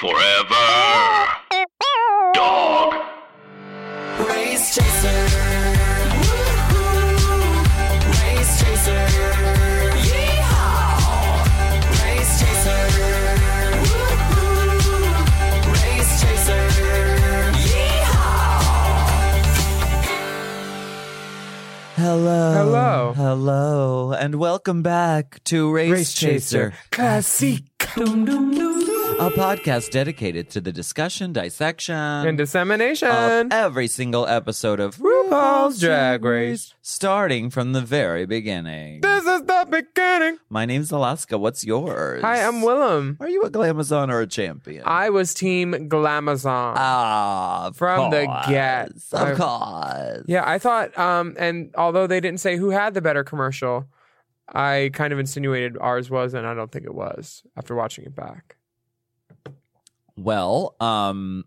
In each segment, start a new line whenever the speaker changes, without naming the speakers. Forever. Dog.
Race Chaser. Woo-hoo. Race Chaser. Yeehaw. Race Chaser. Woo-hoo. Race Chaser. Yeehaw.
Hello.
Hello.
Hello. And welcome back to Race, Chaser,
Classique.
a podcast dedicated to the discussion, dissection,
And dissemination.
of every single episode of
RuPaul's Drag Race.
starting from the very beginning.
this is the beginning.
My name's Alaska. What's yours?
Hi, I'm Willem.
Are you a glamazon or a champion?
I was Team Glamazon.
ah, of
From the
course.
get.
Of
I've-
course.
yeah, I thought, um, and although they didn't say who had the better commercial, I kind of insinuated ours was, and I don't think it was after watching it back.
Well, um,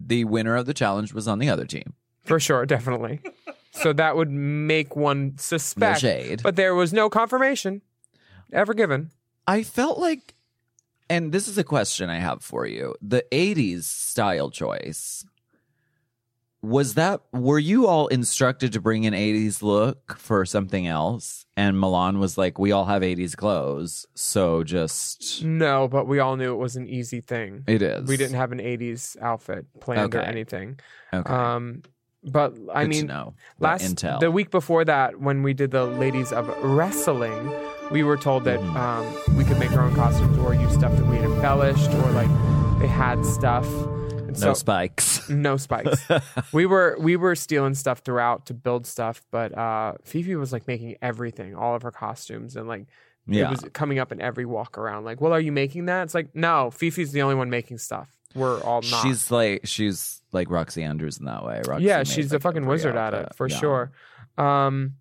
the winner of the challenge was on the other team.
For sure, definitely. so that would make one
No
suspect.
shade.
But there was no confirmation ever given.
I felt like, and this is a question I have for you: the '80s style choice was that? Were you all instructed to bring an '80s look for something else? And Milan was like, "We all have '80s clothes, so just
No, but we all knew it was an easy thing.
it is."
We didn't have an 80s outfit planned or
Okay.
anything.
Okay.
Um, but I
Good to
mean,
know. That
last
intel.
the week before that, when we did the ladies of wrestling, we were told that
Mhm.
um, we could make our own costumes or use stuff that we had embellished or like they had stuff. And
no spikes.
no spikes. we were we were stealing stuff throughout to build stuff, but uh, Fifi was like making everything, all of her costumes, and like
yeah.
it was coming up in every walk around. Like, well, are you making that? It's like no, Fifi's the only one making stuff. We're all not.
She's like she's like Roxy Andrews in that way. Roxy
yeah,
made,
she's a
like,
fucking
every
wizard at it
outfit.
for
Yeah.
sure. Um,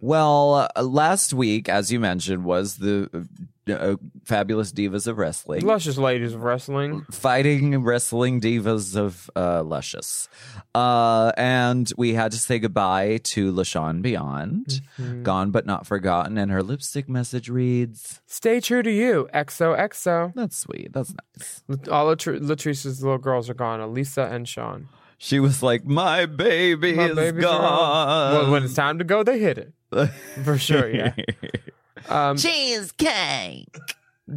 Well, uh, last week, as you mentioned, was the uh, uh, fabulous divas of wrestling
luscious ladies of wrestling.
fighting wrestling divas of uh, Luscious, uh, and we had to say goodbye to Lashawn Beyond,
Mm-hmm.
gone but not forgotten, and her lipstick message reads,
Stay true to you, XOXO.
"That's sweet. That's nice."
Lat- All Latri- Latrice's little girls are gone. Elisa and Sean.
She was like, "My baby
My
is
babies are
gone."
all- Well, when it's time to go, they hit it for sure. Yeah. Um,
Cheesecake.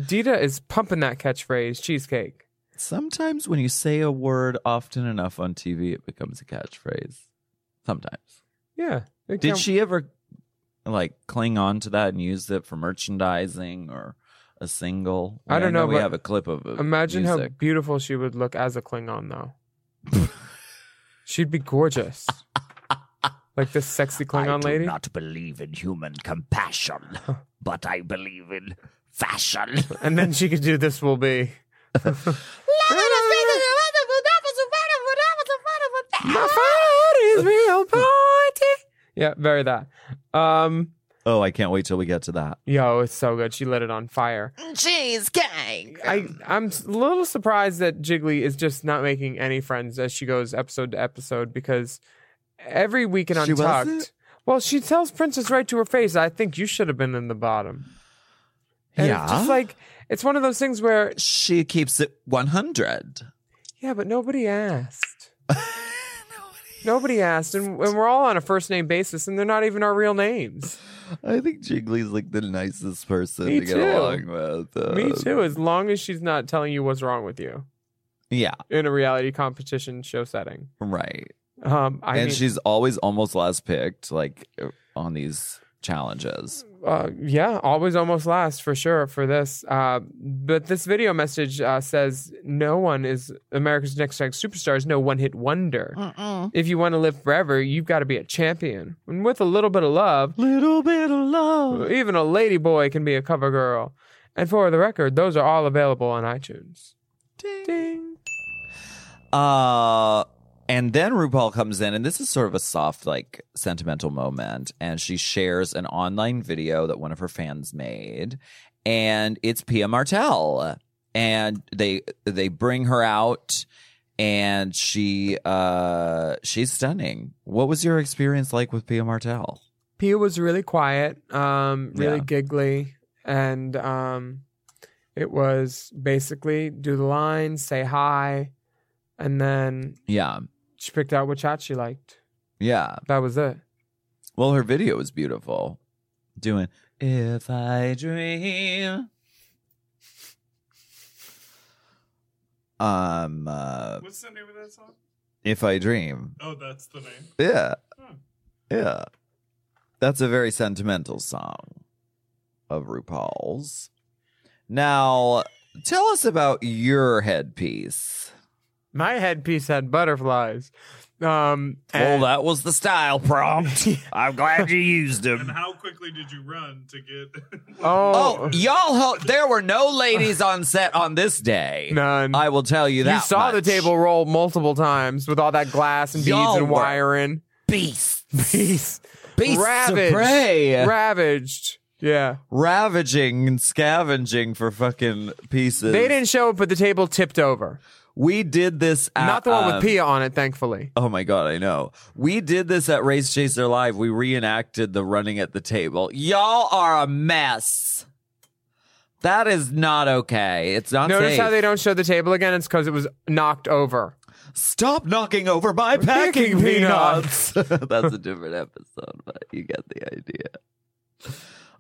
Dita is pumping that catchphrase, cheesecake.
Sometimes when you say a word often enough on TV, it becomes a catchphrase. Sometimes.
Yeah. It
Did
can't-
she ever like cling on to that and use it for merchandising or a single?
I don't
know.
know,
we
but
have a clip of it.
Imagine how
music.
beautiful she would look as a Klingon, though. She'd be gorgeous. like this sexy Klingon
I
lady.
do not believe in human compassion, but I believe in fashion.
And then she could do this will be. My father is real party. Yeah, very that. Um,
Oh, I can't wait till we get to that.
yo, it's so good. She lit it on fire.
Cheesecake.
I I'm s- a little surprised that Jiggly is just not making any friends as she goes episode to episode because every week in
She
Untucked,
wasn't?
well, she tells Princess right to her face, "I think you should have been in the bottom." And it's just like it's one of those things where
she keeps it one hundred.
yeah, but nobody asked. nobody asked, and, and we're all on a first name basis, and they're not even our real names.
I think Jiggly's like the nicest person
Me
to get
too.
along with. Uh,
Me too. As long as she's not telling you what's wrong with you
Yeah,
in a reality competition show setting.
right.
Um, I
and
mean,
she's always almost last picked, like uh, on these challenges.
uh, yeah, always almost last for sure for this. Uh, but this video message uh, says no one is America's Next Tech Superstar is no one hit wonder.
Mm.
If you want to live forever, you've got to be a champion. And with a little bit of love,
Little bit of love.
even a lady boy can be a cover girl. And for the record, those are all available on iTunes. Ding.
Uh, and then RuPaul comes in, and this is sort of a soft, like, sentimental moment. And she shares an online video that one of her fans made, and it's Pia Martel. And they they bring her out, and she uh she's stunning. What was your experience like with Pia Martel?
Pia was really quiet, um, really
Yeah.
giggly, and um, it was basically do the line, say hi, and then
Yeah,
she picked out what chat she liked.
yeah.
That was it.
Well, her video is beautiful. Doing if I dream. Um, uh,
What's the name of that song?
if I dream,
Oh, that's the name.
yeah, yeah, that's a very sentimental song of RuPaul's. Now, tell us about your headpiece.
My headpiece had butterflies. Um,
Oh, that was the style prompt.
I'm glad you used
And
him.
how quickly did you run to get?
Oh,
oh,
y'all! Ho- there were no ladies on set on this day.
none.
I will tell you that.
you saw the
much.
table roll multiple times with all that glass and beads
Y'all
and
were-
wiring.
beast,
Beasts.
beast
Ravaged.
of prey,
Ravaged. Yeah.
ravaging and scavenging for fucking pieces.
They didn't show up, but the table tipped over.
We did this. At,
Not the one
um,
with Pia on it, thankfully.
Oh my god, I know. We did this at Race Chaser Live. We reenacted the running at the table. Y'all are a mess. That is not okay. It's not
Notice
safe.
how they don't show the table again? It's because it was knocked over.
Stop knocking over my packing
Packing
peanuts.
peanuts.
That's a different episode, but you get the idea.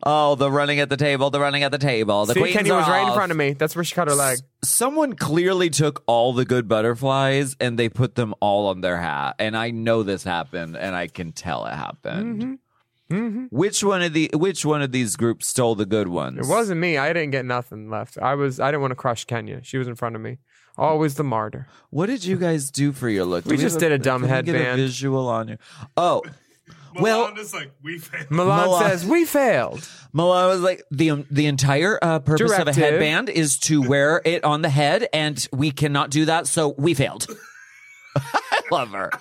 Oh, the running at the table, the running at the table. The
See,
queen's
Kenny was right in
off.
front of me. That's where she cut her leg.
Someone clearly took all the good butterflies and they put them all on their hat. And I know this happened, and I can tell it happened.
Mm-hmm.
Which one of the which one of these groups stole the good ones?
It wasn't me. I didn't get nothing left. I was. I didn't want to crush Kenya. She was in front of me. Always the martyr.
What did you guys do for your look?
We
Let me
just
have
did a dumb
let me get a
headband.
visual on you. Oh, well,
Milan is like we failed.
Milan,
Milan-
says we failed.
Malone was like the the entire uh, purpose of a
Directive.
headband is to wear it on the head, and we cannot do that, so we failed. I love her.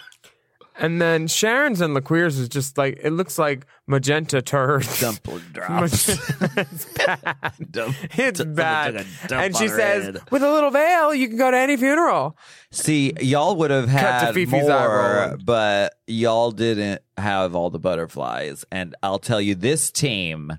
And then Sharon's and LaQueer's is just like it looks like magenta turds.
Dumple drops.
it's bad. It's
Someone
bad.
took a dump
And she
on her
says,
head.
with a little veil, you can go to any funeral.
See, y'all would have
to
had
Fifi's eye
more,
rolling.
but y'all didn't have all the butterflies. And I'll tell you, this team,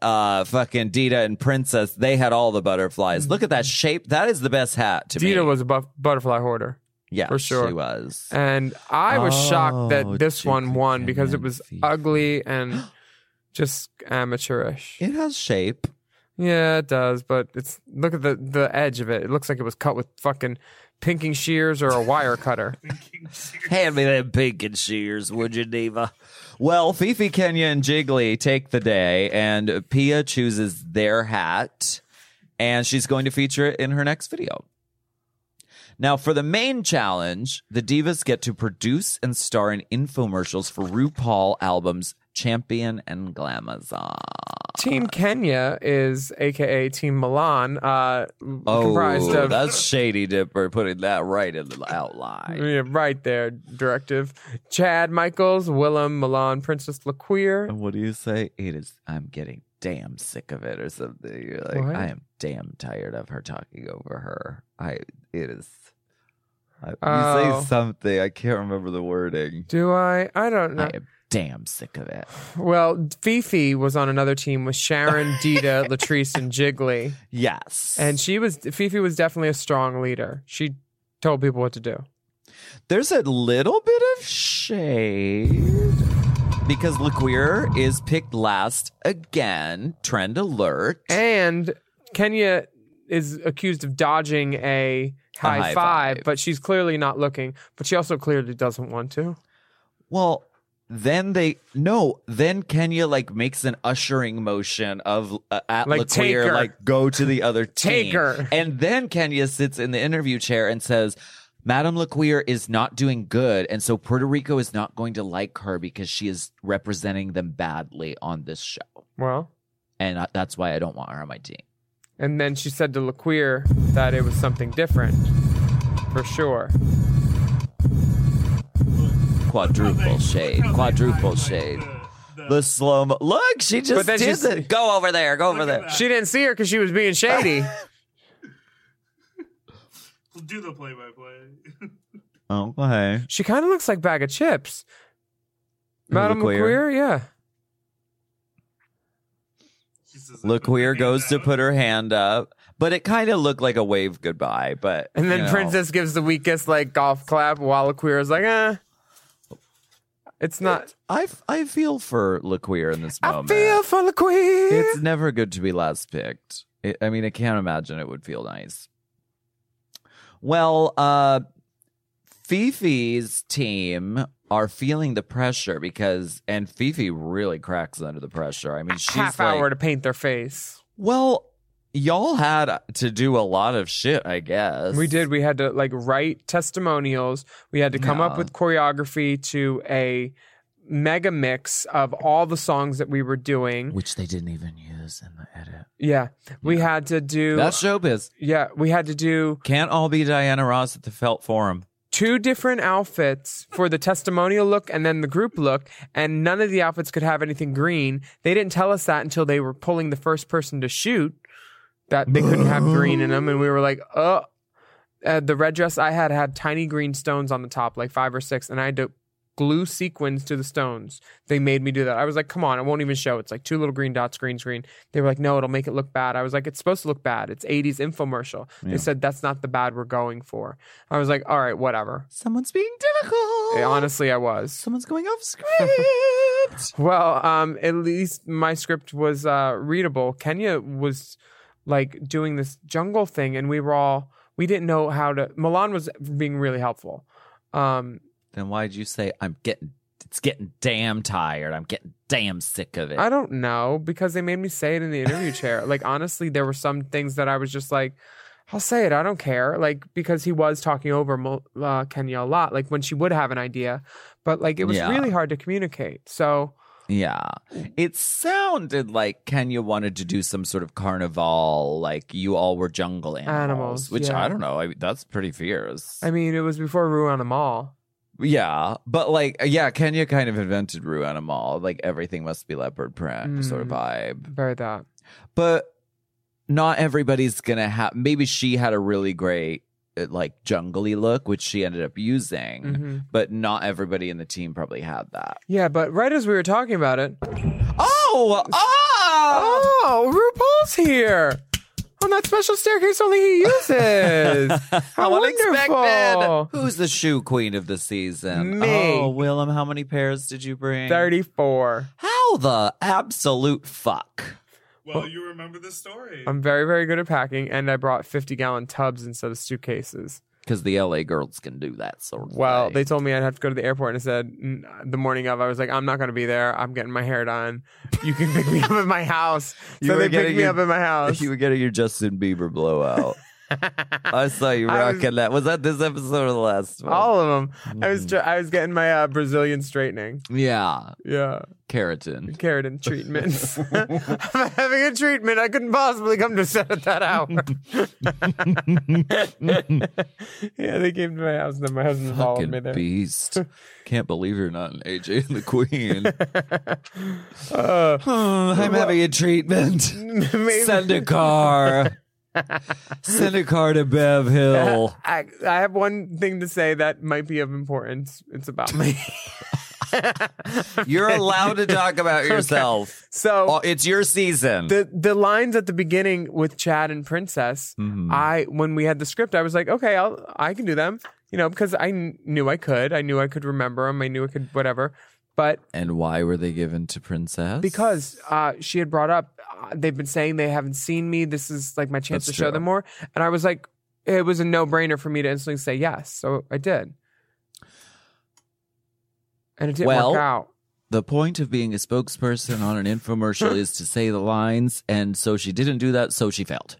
uh, fucking Dita and Princess, they had all the butterflies. Look at that shape. That is the best hat to me.
Mm. Dita was a buff- butterfly hoarder.
yeah,
for sure.
She was.
And I was shocked
Oh,
that this one
Jiggly
won because it
Canyon
was
Thief.
ugly and just amateurish.
It has shape.
Yeah, it does, but it's look at the the edge of it. It looks like it was cut with fucking pinking shears or a wire cutter.
Hand me them pink and shears, would you, Diva?
Well, Fifi, Kenya, and Jiggly take the day, and Pia chooses their hat, and she's going to feature it in her next video. Now, for the main challenge, the divas get to produce and star in infomercials for RuPaul albums Champion and Glamazon. Uh,
Team Kenya is AKA Team Milan, uh, comprised
Oh,
of
that's Shady Dipper putting that right in the outline.
yeah, right there, directive. Chad Michaels, Willem Milan, Princess LaQueer.
And what do you say? It is. I'm getting damn sick of it, or something. You're like,
What?
I am damn tired of her talking over her. I. It is. I, You
Oh.
say something. I can't remember the wording.
Do I? I don't know.
I am damn sick of it.
Well, Fifi was on another team with Sharon, Dita, Latrice, and Jiggly,
Yes.
and she was Fifi was definitely a strong leader. She told people what to do.
there's a little bit of shade. because LaQueer is picked last again. Trend alert.
And Kenya is accused of dodging a high,
high
five,
five.
but she's clearly not looking. But she also clearly doesn't want to.
Well, then they no. Then Kenya like makes an ushering motion of uh, at
Like, take
Laqueer,
her.
like go to the other
Take
team.
her.
And then Kenya sits in the interview chair and says, "Madam Laqueer is not doing good, and so Puerto Rico is not going to like her because she is representing them badly on this show,
Well,
and I, that's why I don't want her on my team."
and then she said to LaQueer that it was something different, for sure.
Quadruple shade. Quadruple shade. The slow mo. Look, she just
But then
did
she's-
it. Go over there. Go over
Look at
there.
that.
She didn't see her because she was being shady.
We'll do the play-by-play.
Oh, Okay.
she kind of looks like bag of chips. Madame
LaQueer?
LaQueer, yeah.
She says,
LaQueer goes to
"Now."
put her hand up, but it kind of looked like a wave goodbye. But
And then
you know.
Princess gives the weakest like golf clap while LaQueer is like, eh. It's not.
I, f- I feel for LaQueer in this
I
moment.
feel for LaQueer.
it's never good to be last picked. It, I mean, I can't imagine it would feel nice. Well, uh, Fifi's team are feeling the pressure because, and Fifi really cracks under the pressure. I mean, she's
half
like,
hour to paint their face.
Well, y'all had to do a lot of shit, I guess.
We did. We had to like write testimonials. We had to come
Yeah.
up with choreography to a mega mix of all the songs that we were doing.
which they didn't even use in the edit.
Yeah. We had to do
That's showbiz.
Yeah, we had to do
Can't all be Diana Ross at the Felt Forum.
two different outfits for the testimonial look and then the group look, and none of the outfits could have anything green. They didn't tell us that until they were pulling the first person to shoot that they couldn't have green in them, and we were like, uh. Uh, the red dress I had had tiny green stones on the top, like five or six, and I had to glue sequins to the stones. They made me do that. I was like, come on, it won't even show. It's like two little green dots, green screen. They were like, no, it'll make it look bad. I was like, it's supposed to look bad. It's 80s infomercial. They said, that's not the bad we're going for. I was like, all right, whatever.
Someone's being difficult.
Yeah, Honestly, I was.
Someone's going off script.
Well, um, at least my script was uh, readable. Kenya was like doing this jungle thing, and we were all we didn't know how to. Milan was being really helpful. Um,
then why'd you say I'm getting? It's getting damn tired. I'm getting damn sick of it.
I don't know because they made me say it in the interview chair. Like honestly, there were some things that I was just like, I'll say it. I don't care. Like because he was talking over Mo- uh, Kenya a lot. Like when she would have an idea, but like it was
Yeah.
really hard to communicate. So
yeah, it sounded like Kenya wanted to do some sort of carnival, like you all were jungle animals,
Animals,
which
yeah.
I don't know. I, that's pretty fierce.
I mean, it was before we were on the mall.
Yeah, but like, uh, yeah, Kenya kind of invented Rue Animal. Like everything must be leopard print sort of
Mm.
vibe.
Bear that.
But not everybody's gonna have. Maybe she had a really great uh, like jungly look, which she ended up using.
hmm
But not everybody in the team probably had that.
Yeah, but right as we were talking about it,
Oh, oh,
oh, RuPaul's here on that special staircase only he uses. How wonderful!
Who's the shoe queen of the season?
Me.
Oh, Willem, how many pairs did you bring?
Thirty-four.
How the absolute fuck?
Well, you remember the story.
I'm very, very good at packing, and I brought 50 gallon tubs instead of suitcases.
Because the LA girls can do that sort of
Well,
thing.
they told me I'd have to go to the airport, and I said "N- the morning of, I was like, I'm not going to be there. I'm getting my hair done. You can pick me up at my house.
You
so
were
they
getting
picked me
your-
up at my house.
You were getting your Justin Bieber blowout. I saw you
I was-
rocking that. Was that this episode or the last one? Mm.
All of them. I was tr- I was getting my uh, Brazilian straightening.
yeah,
Yeah,
keratin.
keratin treatments. I'm having a treatment. I couldn't possibly come to set at that hour. yeah, they came to my house, and then my husband followed me
Fucking
there.
beast. Can't believe you're not an AJ and the Queen.
Uh,
Hmm, I'm having a treatment.
maybe-
Send a car. Send a car to Bev Hill.
I, I have one thing to say that might be of importance. It's about me.
You're allowed to talk about yourself. Oh,
So
it's your season.
the the lines at the beginning with Chad and Princess,
Mm-hmm.
I when we had the script, I was like, okay, I'll I can do them, you know, because I kn- knew I could. I knew I could remember them. I knew I could whatever. But
And why were they given to Princess?
because uh, she had brought up, uh, they've been saying they haven't seen me. This is like my chance
That's
to show
true.
them more. And I was like, it was a no brainer for me to instantly say yes. So I did. And it didn't
Well,
work out.
the point of being a spokesperson on an infomercial is to say the lines, and so she didn't do that, so she failed.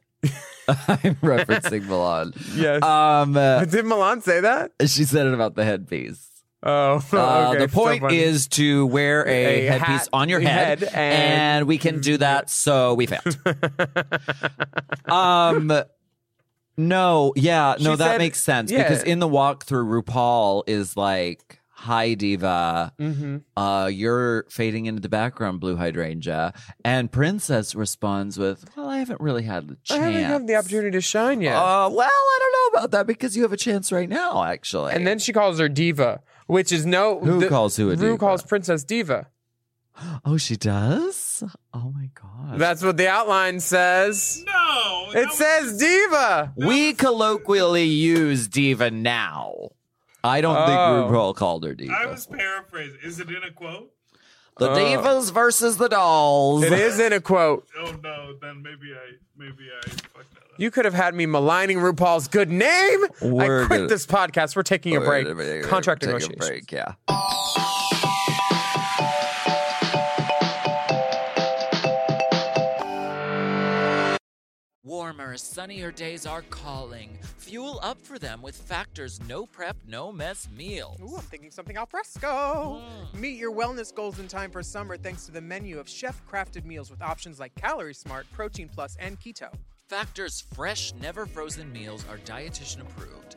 I'm referencing Milan.
Yes.
Um, uh,
Did Milan say that?
she said it about the headpiece.
Oh,
Uh,
okay.
the
so
point
funny.
is to wear a,
A hat
headpiece on your
in your
head,
head,
and,
and-
we can do that. So we failed. um, no, yeah, no,
She
that
said-
makes sense
yeah.
because in the walkthrough, RuPaul is like, "Hi, diva."
Mhm.
Uh, you're fading into the background, blue hydrangea, and Princess responds with, "Well, I haven't really had the
I
chance.
haven't had the opportunity to shine yet.
Uh, well, I don't know about that because you have a chance right now, Oh, actually.
and then she calls her diva, which is no.
Who calls who a diva?
Who calls Princess Diva?
oh, she does. Oh my god,
That's what the outline says.
No, that
It
was-
says diva.
We colloquially use diva now. I don't think
Oh.
RuPaul called her diva.
I was paraphrasing. Is it in a quote?
the
Oh.
divas versus the dolls.
It is in a quote.
Oh no, then maybe I maybe I fucked that up.
You could have had me maligning RuPaul's good name.
We're
I quit
gonna-
this podcast. We're taking a break. Contract
Take a
negotiations.
break, Yeah.
Warmer, sunnier days are calling. Fuel up for them with Factor's no prep, no mess meal.
Ooh, I'm thinking something al fresco.
Mm.
Meet your wellness goals in time for summer thanks to the menu of chef crafted meals with options like Calorie Smart, Protein Plus, and Keto.
Factor's fresh, never frozen meals are dietitian approved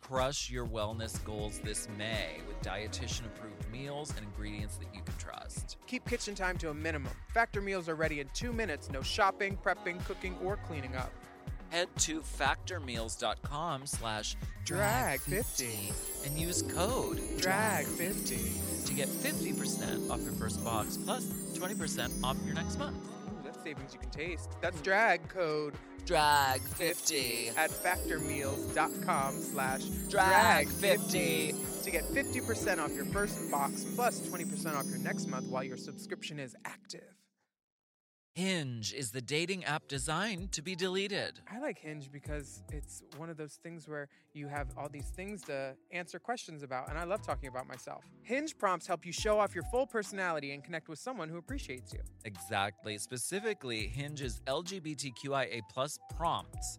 Crush your wellness goals this May with dietitian approved meals and ingredients that you can trust.
Keep kitchen time to a minimum. Factor meals are ready in 2 minutes, no shopping, prepping, cooking or cleaning up.
Head to factormeals.com slash
Drag
and use code
Drag 50.
to get 50% off your first box plus 20% off your next month.
Ooh, that's savings you can taste. That's drag code
Drag 50.
at factormeals.com slash
Drag
to get 50% off your first box plus 20% off your next month while your subscription is active.
Hinge is the dating app designed to be deleted.
I like Hinge because it's one of those things where you have all these things to answer questions about, and I love talking about myself. Hinge prompts help you show off your full personality and connect with someone who appreciates you.
Exactly. Specifically, Hinge's LGBTQIA prompts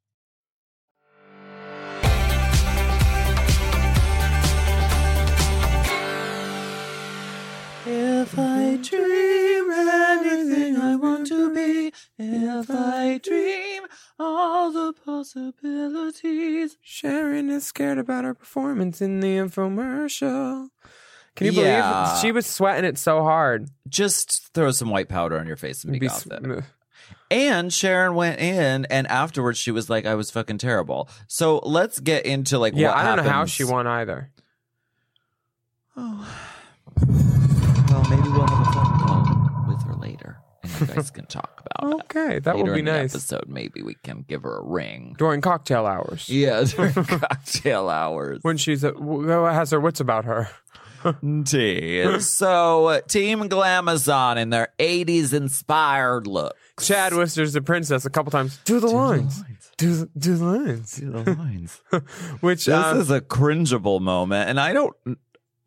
If I dream everything I want to be, if I dream all the possibilities.
Sharon is scared about her performance in the infomercial. Can you
Yeah.
believe it? she was sweating it so hard?
Just throw some white powder on your face and be,
Be s-
gothic. And Sharon went in, and afterwards she was like, "I was fucking terrible." So let's get into like,
Yeah,
what
I don't know how
happens.
she won either.
Oh. Well, maybe we'll have a phone call with her later and
you guys can talk about it.
Okay, that would
Later
be
in the
nice.
Episode, maybe we can give her a ring.
During cocktail hours.
Yeah, during cocktail hours.
When she's uh, w- has her wits about her.
Indeed. so, uh, Team Glamazon in their 80s inspired look.
Chad whispers to Princess a couple times, do the lines. Do the, do the lines. Which
This
um,
is a cringeable moment, and I don't.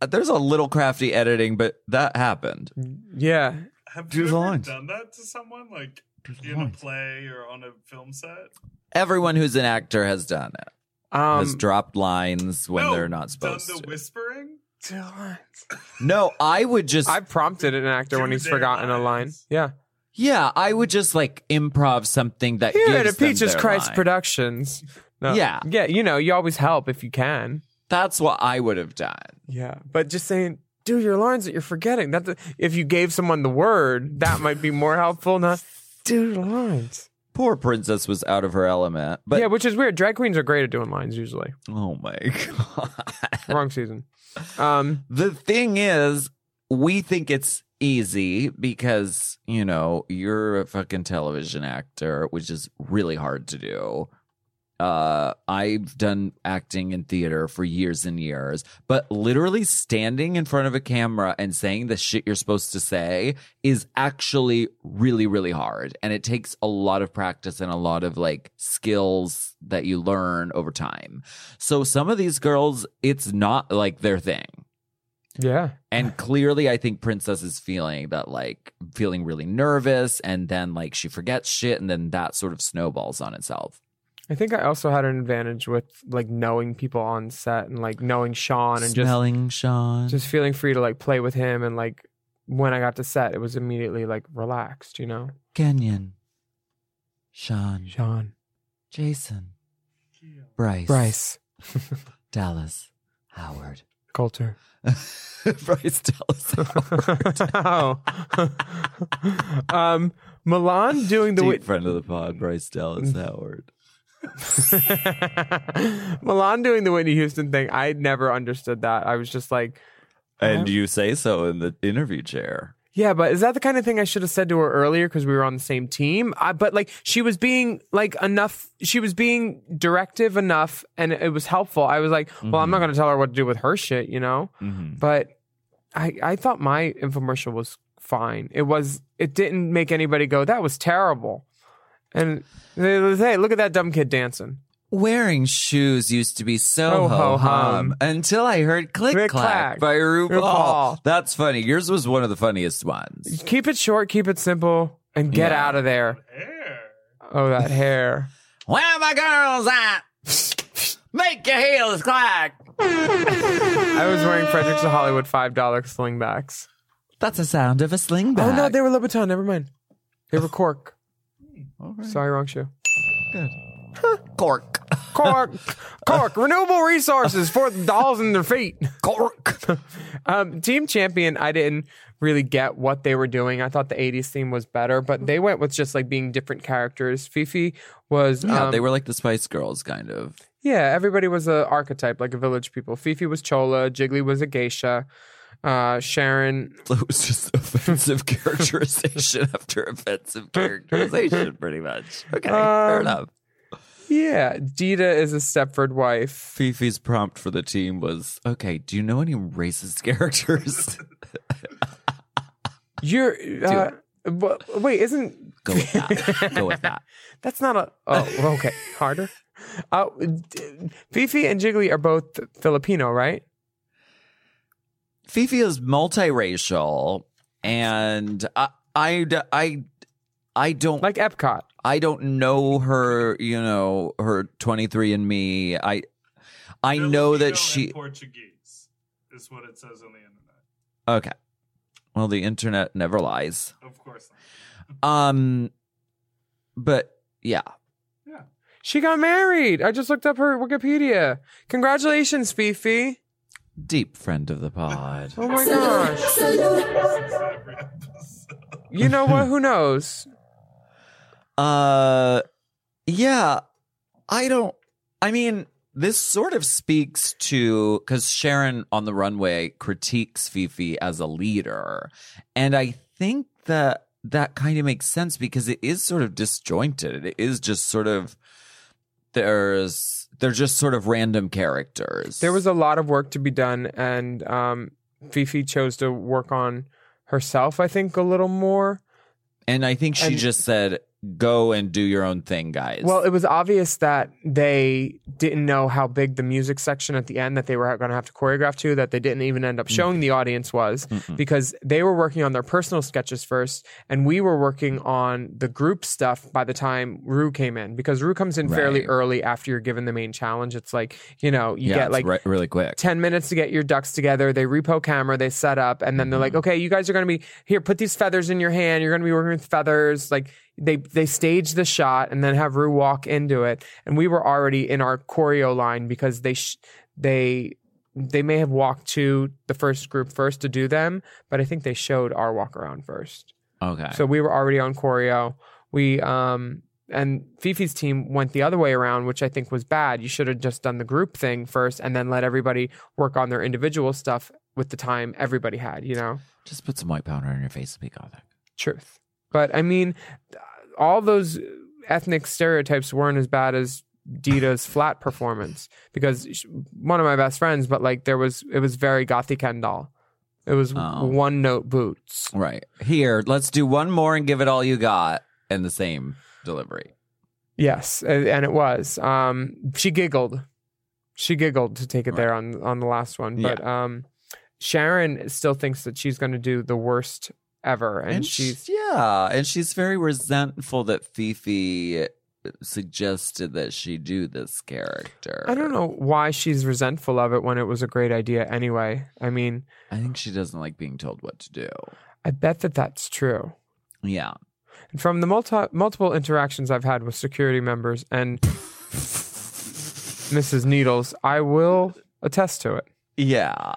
There's a little crafty editing, but that happened.
yeah.
Have
Do
you
the
ever
lines.
done that to someone, like
the
in a
lines.
play or on a film set?
Everyone who's an actor has done it.
Um,
has dropped lines when
No,
they're not supposed
Done the
to.
whispering.
do the lines.
no, I would just.
I've prompted an actor when
Do
he's
their
forgotten a line.
lines.
Yeah.
yeah, I would just like improv something that
Here at
gives
a
them
Peaches
their
Christ
line.
Productions. No.
Yeah.
Yeah, you know, you always help if you can.
That's what I would have done.
Yeah, but just saying, do your lines that you're forgetting. That the, if you gave someone the word, that might be more helpful. Not do your lines.
Poor princess was out of her element, but
yeah, which is weird. Drag queens are great at doing lines usually.
oh my god.
Wrong season. Um,
The thing is, we think it's easy because, you know, you're a fucking television actor, which is really hard to do. Uh, I've done acting in theater for years and years, but literally standing in front of a camera and saying the shit you're supposed to say is actually really, really hard. And it takes a lot of practice and a lot of like skills that you learn over time. So some of these girls, it's not like their thing.
yeah,
And clearly, I think Princess is feeling that, like, feeling really nervous. And then, like, she forgets shit. And then that sort of snowballs on itself.
I think I also had an advantage with like knowing people on set and like knowing Sean and just
Smelling Sean.
just feeling free to like play with him and like when I got to set, it was immediately like relaxed. You know,
Kenyon. Sean.
Sean,
Jason. Bryce.
Bryce,
Dallas. Howard.
Coulter.
Bryce Dallas.
Ow. um, Milan doing the
Deep
wi-
friend of the pod, Bryce Dallas Howard.
Milan doing the Whitney Houston thing. I never understood that. I was just like,
And you say so in the interview chair.
yeah, but is that the kind of thing I should have said to her earlier because we were on the same team? I, but like, she was being like enough. She was being directive enough, and it was helpful. I was like, well, I'm not
Mm-hmm.
going to tell her what to do with her shit, you know.
Mhm.
But I, I thought my infomercial was fine. It was. It didn't make anybody go, that was terrible. And they was, hey, look at that dumb kid dancing.
Wearing shoes used to be so
Ho,
Oh, ho
ho,
hum
hum.
until I heard click,
Click,
clack,
clack.
by RuPaul.
RuPaul.
That's funny. Yours was one of the funniest ones.
Keep it short, keep it simple, and get
Yeah.
out of there.
Hair.
Oh, that hair.
Where my girls at? Make your heels clack.
I was wearing Fredericks of Hollywood $5 slingbacks.
That's the sound of a sling
Oh,
bag.
no, they were Louboutin. Never mind. They were cork. Sorry, wrong shoe.
cork,
Cork. cork. Renewable resources for the dolls and their feet.
cork.
Um, Team Champion, I didn't really get what they were doing. I thought the 80s theme was better, but they went with just like being different characters. Fifi was.
Yeah,
um,
they were like the Spice Girls, kind of.
Yeah, everybody was a archetype, like a village people. Fifi was Chola, Jiggly was a geisha, uh, Sharon.
It was just offensive characterization after offensive characterization, pretty much. Okay, fair
Um,
enough.
Yeah, Dita is a Stepford wife.
Fifi's prompt for the team was, "Okay, do you know any racist characters?"
You're. Uh, wa- wait, isn't
Go with that. Go with that.
that's not a? Oh, well, okay, harder. Uh, d- Fifi and Jiggly are both Filipino, right?
Fifi is multiracial, and I, I, d- I- I don't
Like Epcot.
I don't know her. You know her twenty three and Me. I I know
Filipino
that she.
and Portuguese is what it says on the internet.
Okay. Well, the internet never lies.
Of course not.
Um, but yeah,
She got married. I just looked up her Wikipedia. Congratulations, Fifi.
deep friend of the pod.
Oh my gosh.
This is every episode.
You know what? Who knows?
Uh, yeah, I don't. I mean, this sort of speaks to because Sharon on the runway critiques Fifi as a leader, and I think that that kind of makes sense because it is sort of disjointed. It is just sort of there's they're just sort of random characters.
There was a lot of work to be done, and um, Fifi chose to work on herself, I think, a little more.
and I think she
and-
just said, "Go and do your own thing, guys."
Well, it was obvious that they didn't know how big the music section at the end that they were going to have to choreograph to, that they didn't even end up
Mm.
showing the audience was
Mhm.
because they were working on their personal sketches first, and we were working on the group stuff by the time Rue came in because Rue comes in fairly
Right.
early after you're given the main challenge. It's like, you know, you
yeah,
get
it's
like
re- really quick.
10 minutes to get your ducks together. They repo camera, they set up, and then they're like, okay, you guys are going to be here, put these feathers in your hand. You're going to be working with feathers. Like they, they stage the shot and then have Rue walk into it. And we were already in our choreo line because they, sh- they, they may have walked to the first group first to do them, but I think they showed our walk around first.
Okay.
So we were already on choreo. We um and Fifi's team went the other way around, which I think was bad. You should have just done the group thing first and then let everybody work on their individual stuff with the time everybody had, you know?
just put some white powder on your face and be gothic.
Truth. But I mean, all those ethnic stereotypes weren't as bad as Dita's flat performance because sh- one of my best friends, but like there was, it was very gothic and doll. It was
Oh.
one note boots.
Right here, let's do one more and give it all you got, and the same delivery.
Yes, and, and it was. Um, she giggled. She giggled to take it there on on the last one, but um, Sharon still thinks that she's going to do the worst ever, and, she's
sh- yeah, and she's very resentful that Fifi suggested that she do this character.
I don't know why she's resentful of it when it was a great idea anyway. I mean,
I think she doesn't like being told what to do.
I bet that that's true.
Yeah.
And from the multi- multiple interactions I've had with security members and Mrs. Needles, I will attest to it.
Yeah.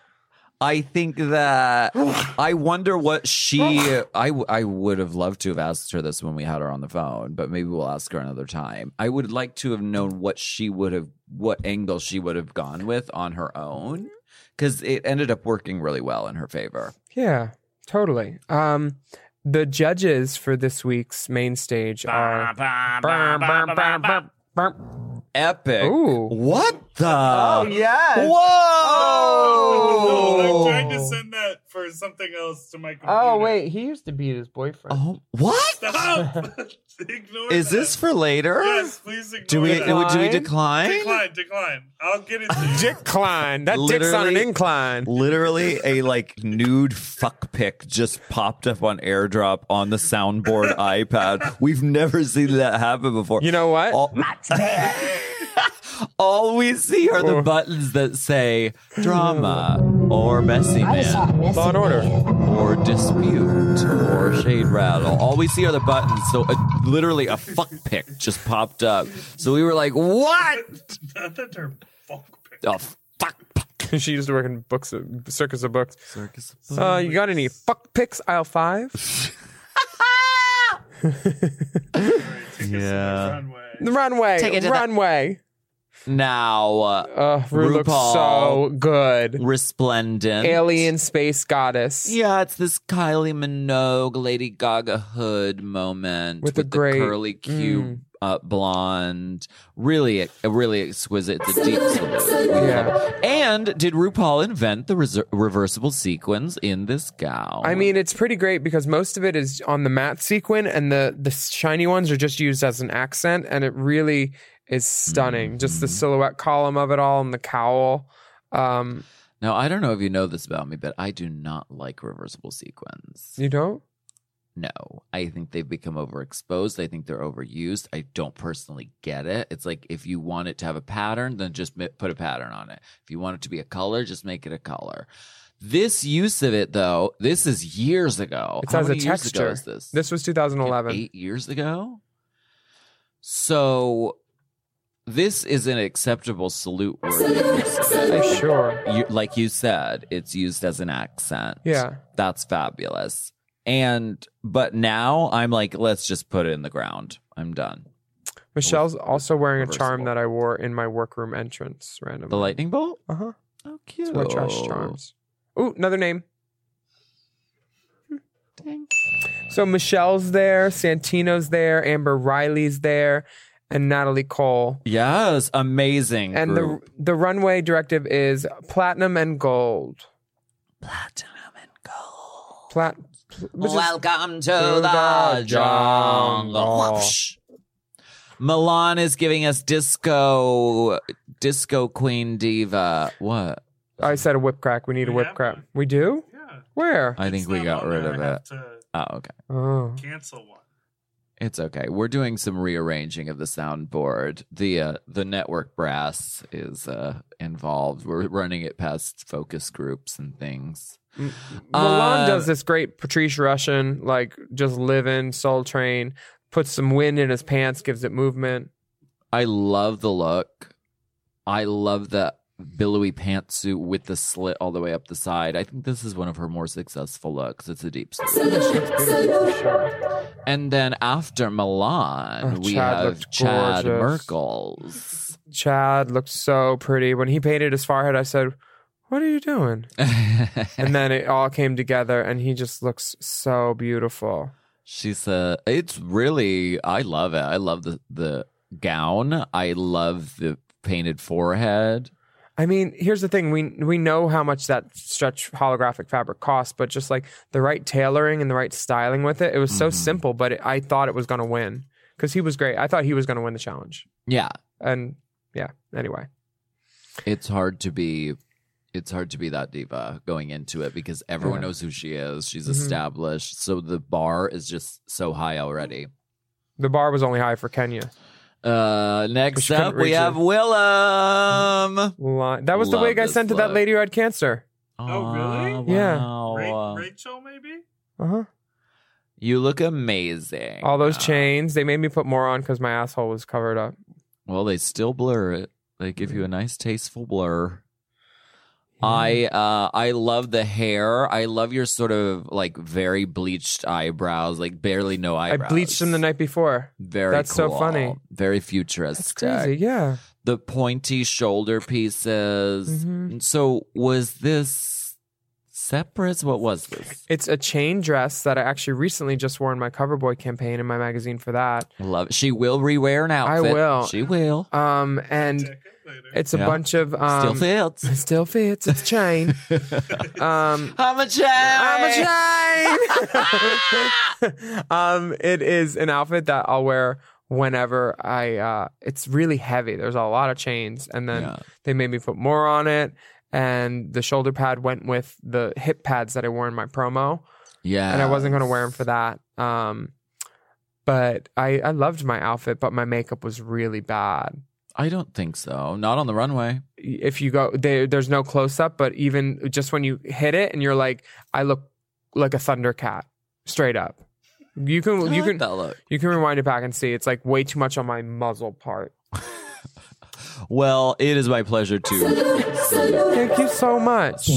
I think that I wonder what she I w- I would have loved to have asked her this when we had her on the phone, but maybe we'll ask her another time. I would like to have known what she would have what angle she would have gone with on her own cuz it ended up working really well in her favor.
Yeah, totally. Um, the judges for this week's main stage are.
Epic.
Ooh.
What the
Oh, yes.
Whoa!
Oh! No, I tried to send that for something else to my computer.
Oh wait, he used to beat his boyfriend.
Oh, what?
Stop! ignore
Is
that.
this for later?
Yes, please ignore
Do we
that.
do we
Decline?
decline?
decline? Decline. I'll get it. To you.
Decline. That
dick's on an Literally-
incline.
Literally, a like nude fuck pic just popped up on AirDrop on the soundboard iPad. We've never seen that happen before.
You know what?
all, all we see are the buttons that say drama or messy man
Law and order.
or dispute or shade rattle. All we see are the buttons. So uh, literally, a fuck pic just popped up. So we were like, "What?
Not that term. Fuck.
A fuck pic."
she used to work in books, uh, circus of books.
Circus.
Uh, you got any fuck pics? Aisle five.
Yeah.
Runway.
The runway.
Take it to the-
runway.
Now. Uh,
Uh, Rue looks
RuPaul.
so good.
resplendent
Alien space goddess.
Yeah, it's this Kylie Minogue, Lady Gaga hood moment
With the
the
great-
curly Q
Mm.
uh, blonde. Really, a really exquisite. The deep salute. We
Yeah.
love it. And did RuPaul invent the reser- reversible sequins in this gown?
I mean, it's pretty great because most of it is on the matte sequin, and the the shiny ones are just used as an accent, and it really is stunning.
Mm-hmm.
Just the silhouette column of it all and the cowl. Um,
now I don't know if you know this about me, but I do not like reversible sequins.
you don't?
No, I think they've become overexposed. I think they're overused. I don't personally get it. It's like if you want it to have a pattern, then just mi- put a pattern on it. If you want it to be a color, just make it a color. This use of it, though, this is years ago.
It's
How
as a
many years ago
texture.
is this?
This was
Like
2011.
Eight years ago. So this is an acceptable salute word.
Hey, sure.
You, like you said, it's used as an accent
Yeah.
that's fabulous. And but now I'm like, let's just put it in the ground. I'm done.
Michelle's also wearing a
reversible.
charm that I wore in my workroom entrance randomly.
The lightning bolt.
Uh huh.
Oh, cute.
It's one of trash charms. Ooh, another name.
anything?
So Michelle's there, Santino's there, Amber Riley's there, and Natalie Cole.
Yes, amazing.
And
group.
the the runway directive is platinum and gold. Platinum and gold. Plat. which is-
Welcome to
To
the
the
jungle.
jungle.
Whoosh. Milan is giving us disco, disco queen diva. What?
I said a whip crack. We need a
We
whip
have
crack.
one.
We do?
Yeah.
Where?
I think
It's
we
not
got
on
rid
there.
of
I have
it.
to
Oh, okay.
Oh.
cancel one.
It's okay. We're doing some rearranging of the soundboard. The uh, the network brass is uh, involved. We're running it past focus groups and things.
Milan
Uh,
does this great Patrice Russian, like just living Soul Train, puts some wind in his pants, gives it movement.
I love the look. I love the billowy pantsuit with the slit all the way up the side. I think this is one of her more successful looks. It's a deep slit. And then after Milan,
Oh,
we
Chad
have
looked
Chad
gorgeous.
Merkles.
Chad looked so pretty. When he painted his forehead, I said, What are you doing? And then it all came together and he just looks so beautiful.
She said, "It's really. I love it. I love the the gown. I love the painted forehead.
I mean, here's the thing. We we know how much that stretch holographic fabric costs, but just like the right tailoring and the right styling with it, it was so
Mhm.
simple, but it, I thought it was going to win because he was great. I thought he was going to win the challenge.
Yeah,
And yeah, anyway.
it's hard to be." It's hard to be that diva going into it because everyone
Yeah.
knows who she is. She's
Mhm.
established. So the bar is just so high already.
The bar was only high for Kenya.
Uh next
She couldn't
up we
reach it.
have Willem.
Li- That was the
Love
wig I
this
sent to that
look.
lady who had cancer.
Oh, really?
Ah,
Yeah.
wow.
Ra- Rachel, maybe?
Uh huh.
You look amazing.
All those
Uh,
chains. They made me put more on because my asshole was covered up.
Well, they still blur it. They give you a nice tasteful blur. I uh I love the hair. I love your sort of like very bleached eyebrows, like barely no
I
eyebrows.
bleached them the night before.
Very
That's so
cool.
funny.
Very
That's
futuristic.
crazy. Yeah.
The pointy shoulder pieces.
Mhm.
So was this separate? What was this?
It's a chain dress that I actually recently just wore in my Coverboy campaign in my magazine for that.
Love. She will rewear an
I
outfit.
will.
She will.
Um, and
Decade later.
it's a
Yeah.
bunch of
Still
um,
fits.
It still fits. It's chain. um,
I'm a child.
chain. um, it is an outfit that I'll wear whenever I. Uh, it's really heavy. There's a lot of chains, and then
Yeah.
they made me put more on it. And the shoulder pad went with the hip pads that I wore in my promo.
Yeah.
and I wasn't going to wear them for that. Um, but I, I loved my outfit, but my makeup was really bad.
I don't think so. Not on the runway.
If you go, they, there's no close up, but even just when you hit it and you're like, I look like a thundercat, straight up. You can you can
that look.
you can rewind it back and see. It's like way too much on my muzzle part.
Well, it is my pleasure to.
Thank you so much.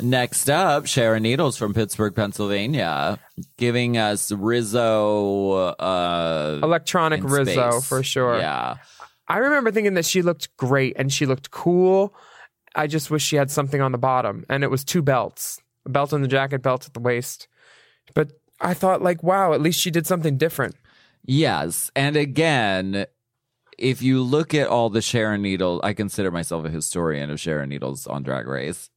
Next up, Sharon Needles from Pittsburgh, Pennsylvania, giving us Rizzo. Uh,
Electronic
in
Rizzo
space.
for sure.
Yeah,
I remember thinking that she looked great and she looked cool. I just wish she had something on the bottom, and it was two belts a belt on the jacket, belt at the waist. But I thought, like, wow, at least she did something different.
yes, and again, if you look at all the Sharon Needles, I consider myself a historian of Sharon Needles on Drag Race,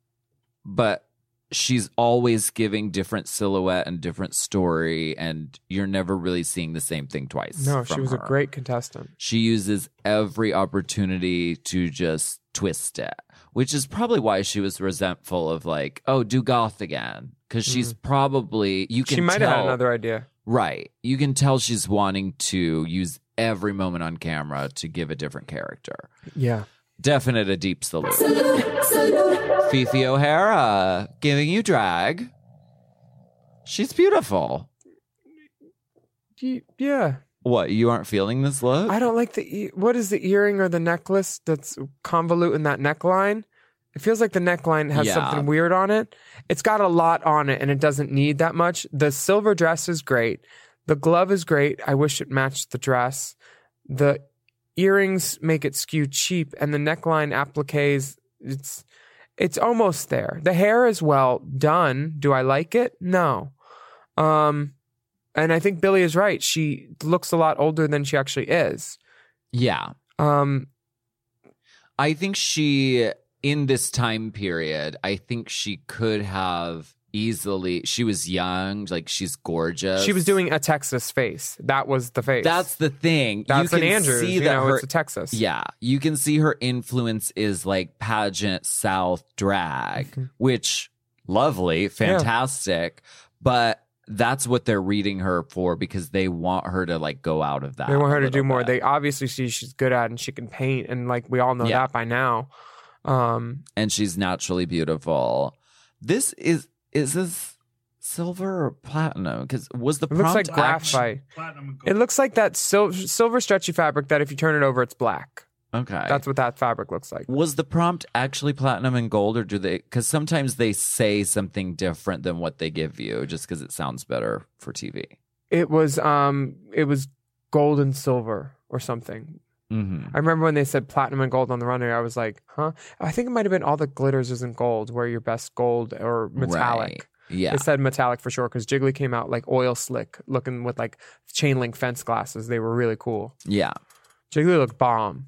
but she's always giving different silhouette and different story, and you're never really seeing the same thing twice.
No, she
from
was a
her.
great contestant.
she uses every opportunity to just twist it, which is probably why she was resentful of like, oh, do goth again, because she's probably you can
Mm. She might
tell,
have had another idea.
right. You can tell she's wanting to use every moment on camera to give a different character.
Yeah.
Definite a deep salute. Fifi O'Hara giving you drag. She's beautiful.
Y- Yeah.
What you aren't feeling this look?
I don't like the. E- what is the earring or the necklace that's convolute in that neckline? It feels like the neckline has
Yeah.
something weird on it. It's got a lot on it and it doesn't need that much. The silver dress is great. The glove is great. I wish it matched the dress. The earrings make it skew cheap and the neckline appliques it's it's almost there. The hair is well done. Do I like it? No. Um, and I think Billy is right. She looks a lot older than she actually is.
Yeah.
Um,
I think she, in this time period, I think she could have easily, she was young, like she's gorgeous.
she was doing a Texas face. That was the face.
That's the thing.
that's
you
an
can
Andrews.
see
you
that
know,
her,
it's a Texas.
yeah, you can see her influence is like pageant South drag,
Mm-hmm.
which lovely, fantastic, but that's what they're reading her for because they want her to like go out of that.
They
a
want her to
little
do more.
bit.
They obviously see she's good at and she can paint and like we all know
Yeah.
that by now. Um
and she's naturally beautiful. This is is this silver or platinum? Because was the
it looks
prompt
like
act-
graphite.
Platinum and gold.
It looks like that sil- silver stretchy fabric that if you turn it over it's black.
okay?
That's what that fabric looks like.
was the prompt actually platinum and gold, or do they? Because sometimes they say something different than what they give you, just because it sounds better for TV.
It was um it was gold and silver or something.
Mm-hmm.
I remember when they said platinum and gold on the runway, I was like, huh? I think it might have been all that glitters isn't gold, where your best gold or metallic.
Yeah.
It said metallic for sure because Jiggly came out like oil slick, looking with like chain link fence glasses. They were really cool.
yeah.
Jiggly looked bomb.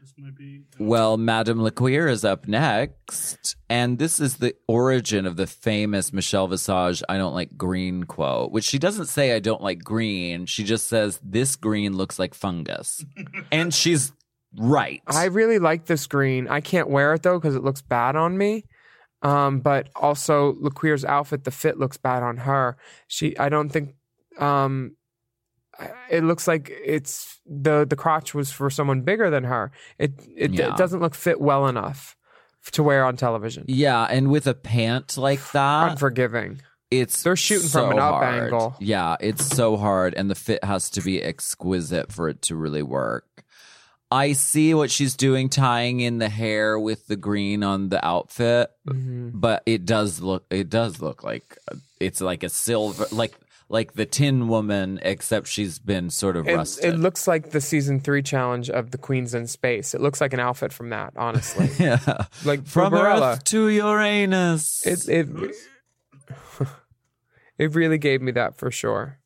This might be.
Well, Madame Laqueer is up next. And this is the origin of the famous Michelle Visage, I don't like green quote, which she doesn't say, I don't like green. She just says, this green looks like fungus. and she's right.
I really like this green. I can't wear it though because it looks bad on me. Um, but also Laqueer's outfit, the fit looks bad on her. She, I don't think. Um, I- it looks like it's the the crotch was for someone bigger than her. It it, d-
Yeah.
doesn't look fit well enough f- to wear on television.
yeah. And with a pant like that,
Unforgiving.
it's.
They're shooting
so
from an up
hard.
angle.
Yeah. It's so hard. And the fit has to be exquisite for it to really work. I see what she's doing, tying in the hair with the green on the outfit.
Mhm.
but it does look it does look like it's like a silver like like the tin woman except she's been sort of
It,
rusted
it looks like the season three challenge of the Queens in Space. It looks like an outfit from that, honestly.
yeah
like
from
Barbarella.
earth to uranus
It it it really gave me that for sure.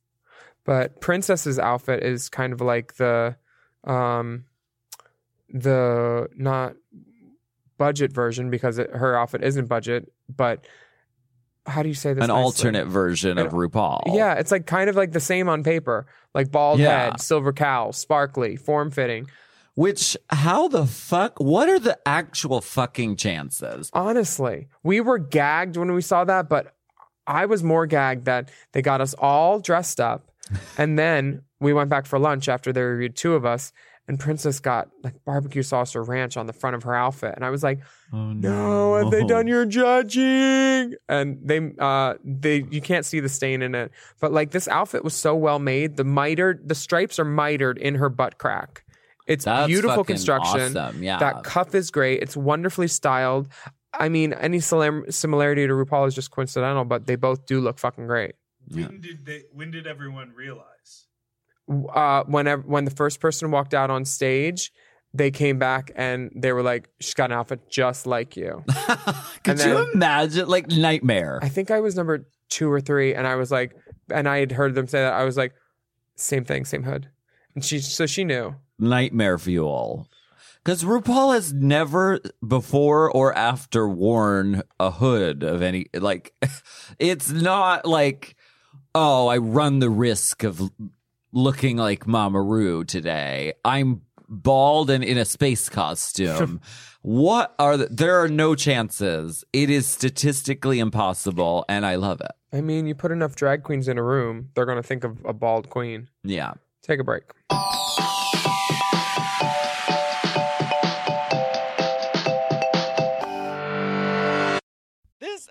But Princess's outfit is kind of like the um the not budget version because it, her outfit isn't budget, but how do you say this?
an
nicely?
alternate version of rupaul
Yeah, it's like kind of like the same on paper, like bald
Yeah.
head, silver cowl, sparkly, form fitting.
which how the fuck what are the actual fucking chances
Honestly, we were gagged when we saw that, but I was more gagged that they got us all dressed up. and then we went back for lunch after they reviewed two of us, and Princess got like barbecue sauce or ranch on the front of her outfit. And I was like,
oh
No, have they done your judging? And they uh they you can't see the stain in it. But like this outfit was so well made. The mitered the stripes are mitered in her butt crack. It's
That's
beautiful
fucking
construction.
awesome, yeah.
That cuff is great. It's wonderfully styled. I mean, any silam- similarity to RuPaul is just coincidental, but they both do look fucking great.
When did they? When did everyone realize?
Uh, whenever when the first person walked out on stage, they came back and they were like, "She's got an outfit just like you."
could
And then-
you imagine like nightmare
I think I was number two or three, and I was like, and I had heard them say that. I was like, same thing, same hood. And she, so she knew.
nightmare fuel. Because RuPaul has never before or after worn a hood of any like. It's not like, oh, I run the risk of l- looking like Mama Ru today. I'm bald and in a space costume. what are the, there are no chances. It is statistically impossible, and I love it.
I mean, you put enough drag queens in a room, they're going to think of a bald queen.
Yeah.
Take a break.
This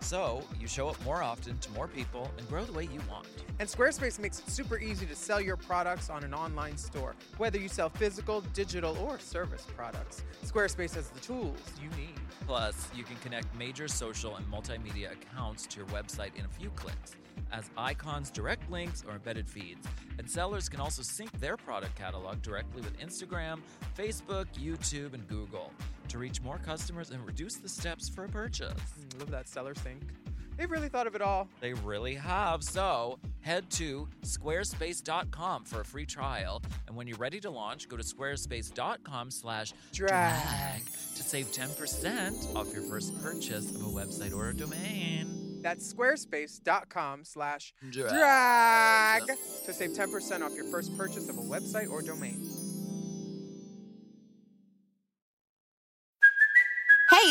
So you show up more often to more people and grow the way you want.
And Squarespace makes it super easy to sell your products on an online store, whether you sell physical, digital, or service products. Squarespace has the tools you need.
Plus, you can connect major social and multimedia accounts to your website in a few clicks as icons, direct links, or embedded feeds. And sellers can also sync their product catalog directly with Instagram, Facebook, YouTube, and Google to reach more customers and reduce the steps for a purchase.
Mm, Love that seller sync. They've really thought of it all.
They really have. So head to squarespace.com for a free trial. And when you're ready to launch, go to squarespace.com slash
Drag.
drag to save 10% off your first purchase of a website or a domain.
That's squarespace.com slash
Drag.
Uh,
drag to save 10% off your first purchase of a website or domain.
Hey,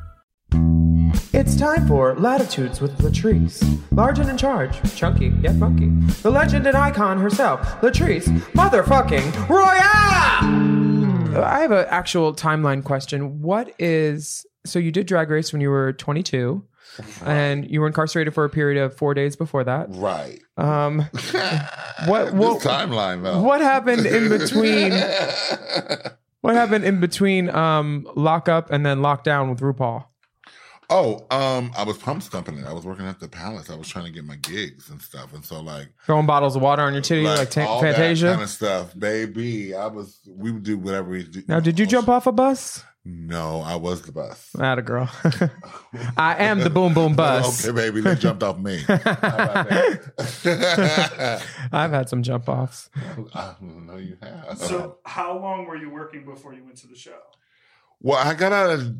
It's time for Latitudes with Latrice. Large and in charge, chunky yet funky. The legend and icon herself, Latrice, motherfucking Royale!
I have an actual timeline question. What is so you did drag race when you were 22 and you were incarcerated for a period of 4 days before that?
Right.
Um what what
timeline, though.
What happened in between What happened in between um lockup and then lockdown with RuPaul?
Oh, um, I was pump stumping it. I was working at the palace. I was trying to get my gigs and stuff. And so like
Throwing bottles of water on your titty like, Ta-
all that
Fantasia?
kind of stuff, baby. I was we would do whatever we do.
now did you jump off a bus?
No, I was the bus.
Not a girl. I am the boom boom bus.
okay, baby, they jumped off me. How about that? Uh,
I've had some jump offs.
I don't know you have.
So, how long were you working before you went to the show?
Well, I got out of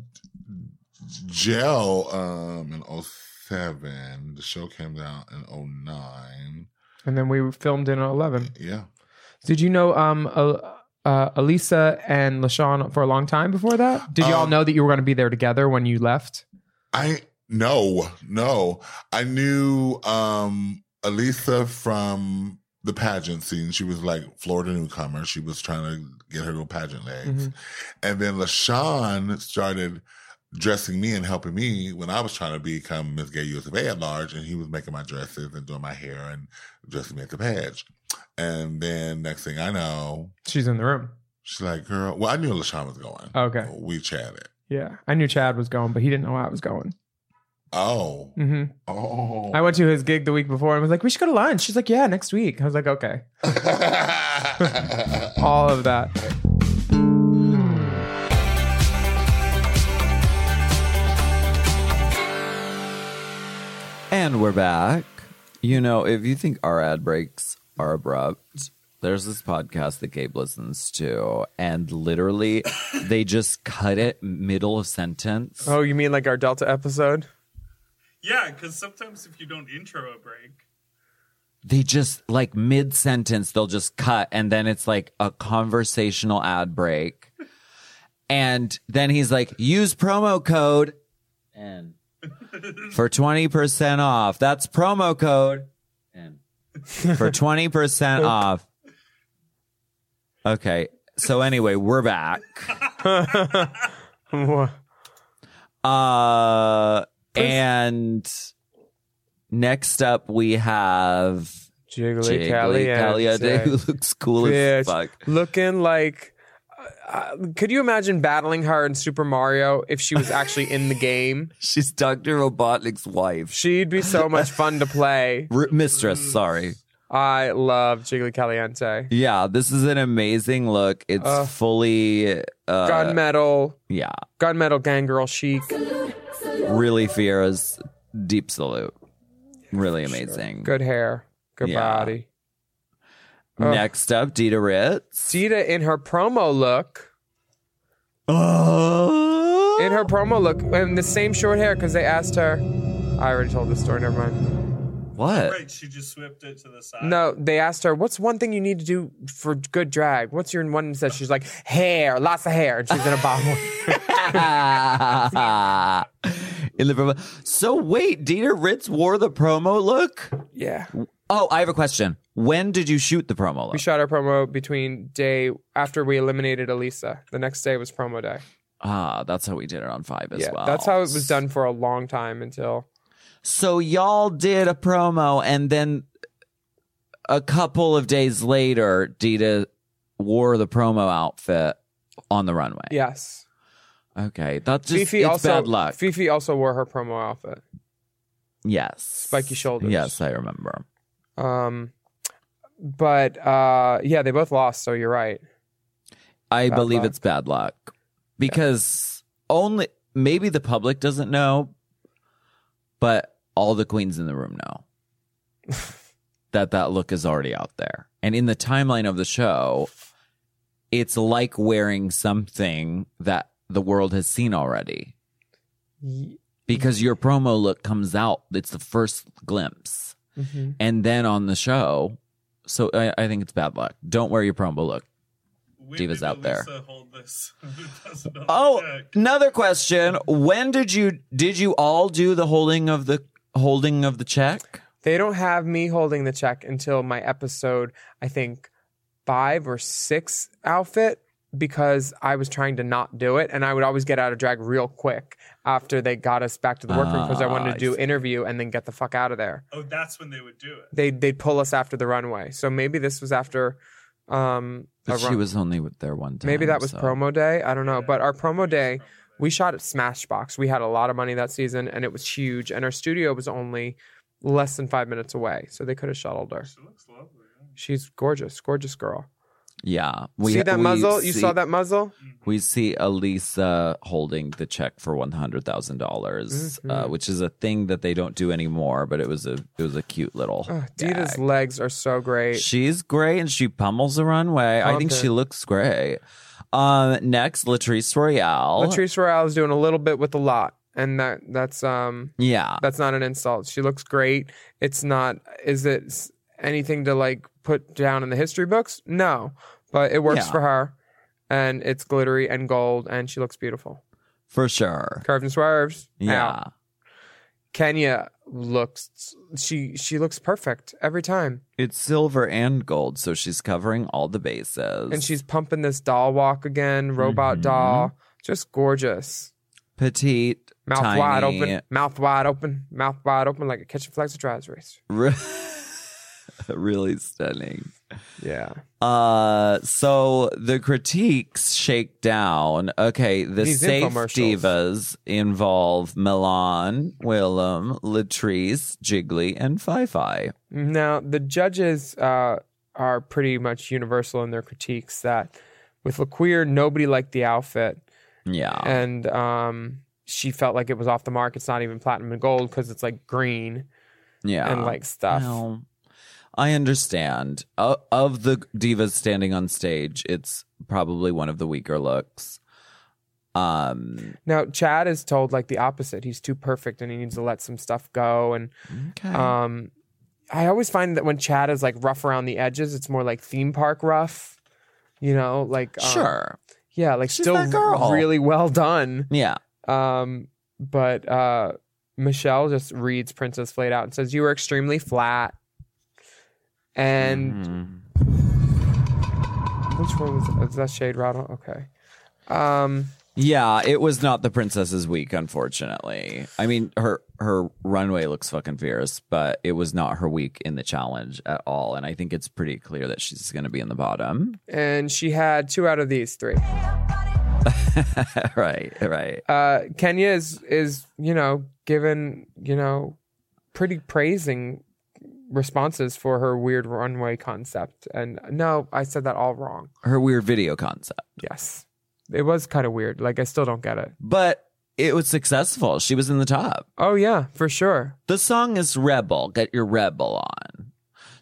jail um in 07. The show came down in 09.
And then we filmed in 11.
Yeah.
Did you know um Al- uh, Elisa and LaShawn for a long time before that? Did y'all
Um,
know that you were going to be there together when you left?
I no, no. I knew um Elisa from the pageant scene. She was like Florida newcomer. She was trying to get her little pageant legs.
Mhm.
And then LaShawn started dressing me and helping me when I was trying to become Miss Gay US of A at large, and he was making my dresses and doing my hair and dressing me at the page. And then next thing I know,
She's in the room.
she's like, girl, well, I knew LaShawn was going.
Okay.
We chatted.
Yeah. I knew Chad was going, but he didn't know I was going.
Oh.
hmm
Oh.
I went to his gig the week before and was like, we should go to lunch. She's like, yeah, next week. I was like, okay. All of that.
And we're back. You know, if you think our ad breaks are abrupt, there's this podcast that Gabe listens to, and literally they just cut it middle of sentence.
Oh, you mean like our Delta episode?
Yeah, because sometimes if you don't intro a break,
They just like mid sentence, they'll just cut, and then it's like a conversational ad break. And then he's like, use promo code and for 20% off. That's promo code and for 20% off. Okay. So anyway, we're back.
What?
Uh and
Next up, we have
Jiggly,
Caliente,
Caliente.
who looks cool
Bitch,
as fuck.
Looking like. Uh, could you imagine battling her in Super Mario if she was actually in the game?
She's Dr. Robotnik's wife.
She'd be so much fun to play.
R- mistress, sorry.
I love Jiggly Caliente.
Yeah, this is an amazing look. It's
Uh,
fully uh,
Gunmetal,
Yeah,
gunmetal gang girl chic.
really Fiera's deep salute. Really amazing.
Good Oh. hair, good
Yeah.
body. Ugh.
Next up, Dita Ritz.
Sita in her promo look.
Uh,
In her promo look, and the same short hair because they asked her. I already told this story. Never mind.
What?
Right, she just swept it to the side.
No, they asked her, "What's one thing you need to do for good drag? What's your one that she's like hair, lots of hair?" And she's in a bottle.
in the promo. So wait, Dieter Ritz wore the promo look?
Yeah.
Oh, I have a question. When did you shoot the promo look?
we shot our promo between day after we eliminated Elisa. The next day was promo day.
ah, that's how we did it on five as
yeah,
well.
that's how it was done for a long time until
So y'all did a promo, and then a couple of days later, Dita wore the promo outfit on the runway.
yes.
Okay, that's just
Fifi
it's
also
bad luck.
Fifi also wore her promo outfit.
yes,
spiky shoulders.
Yes, I remember.
Um, but uh, yeah, they both lost. So you're right.
I
Bad
believe
luck.
it's bad luck because only maybe the public doesn't know, but all the queens in the room know that that look is already out there. And in the timeline of the show, it's like wearing something that the world has seen already
Ye-
because
Mm-hmm.
your promo look comes out. It's the first glimpse.
Mhm.
And then on the show, so I, I think it's bad luck. Don't wear your promo look. Divas out there.
Lisa, hold this.
Oh, another question. When did you did you all do the holding of the holding of the check?
They don't have me holding the check until my episode, I think, five or six outfit because I was trying to not do it. And I would always get out of drag real quick after they got us back to the workroom because I wanted
Ah, I
to do
see.
interview and then get the fuck out of there.
Oh, that's when they would do it.
They, they'd pull us after the runway. So maybe this was after. Um, a
But she
run-
was only with there one time.
Maybe that was
so-
promo day. I don't know. But our promo day, we shot at Smashbox. We had a lot of money that season and it was huge. And our studio was only less than five minutes away. So they could have shuttled her. She looks lovely. She's gorgeous, gorgeous girl.
Yeah,
see that muzzle? you
see-
saw that muzzle?
We see Elisa holding the check for one hundred thousand dollars, uh,
Mhm.
which is a thing that they don't do anymore. But it was a it was a cute little.
Oh, Dita's legs are so great.
She's great and she pummels the runway. I think
Pump
she
it.
looks great. Um, next, Latrice Royale.
Latrice Royale is doing a little bit with a lot. And that that's um
Yeah.
that's not an insult. She looks great. It's not is it s- anything to like put down in the history books? No. But it works
Yeah.
for her. And it's glittery and gold and she looks beautiful.
for sure.
Curved and swerves.
Yeah.
Out. Kenya looks she she looks perfect every time.
It's silver and gold, so she's covering all the bases.
And she's pumping this doll walk again, robot
Mm-hmm.
doll. Just gorgeous.
petite,
Mouth
tiny,
wide open, mouth wide open, mouth wide open like a kitchen flex or drives race.
re- really stunning.
Yeah.
Uh, so the critiques shake down. Okay, the
These
safe
infomercials.
divas involve Milan, Willem, Latrice, Jiggly, and Fi Fi.
Now, the judges uh, are pretty much universal in their critiques that with LaQueer, nobody liked the outfit.
Yeah.
And um, she felt like it was off the mark. It's not even platinum and gold because it's like green.
Yeah.
And like stuff.
No. I understand. O- of the divas standing on stage, it's probably one of the weaker looks. Um,
Now, Chad is told like the opposite. He's too perfect and he needs to let some stuff go. And um, I always find that when Chad is like rough around the edges, it's more like theme park rough, you know, like. um,
sure.
Yeah, like still
that girl.
really well done.
Yeah.
Um, but uh, Michelle just reads Princess Flayed out and says, "You were extremely flat." And
Mm-hmm.
which one was, is that Shade Rattle? Okay. Um,
Yeah, it was not the Princesses Week, unfortunately. I mean, her her runway looks fucking fierce, but it was not her week in the challenge at all. And I think it's pretty clear that she's going to be in the bottom.
And she had two out of these three.
right, right.
Uh, Kenya is is you know given you know pretty praising responses for her weird runway concept. And no, I said that all wrong.
Her weird video concept.
Yes, it was kind of weird. Like I still don't get it.
but it was successful. She was in the top.
Oh yeah, for sure.
The song is "Rebel." Get your rebel on.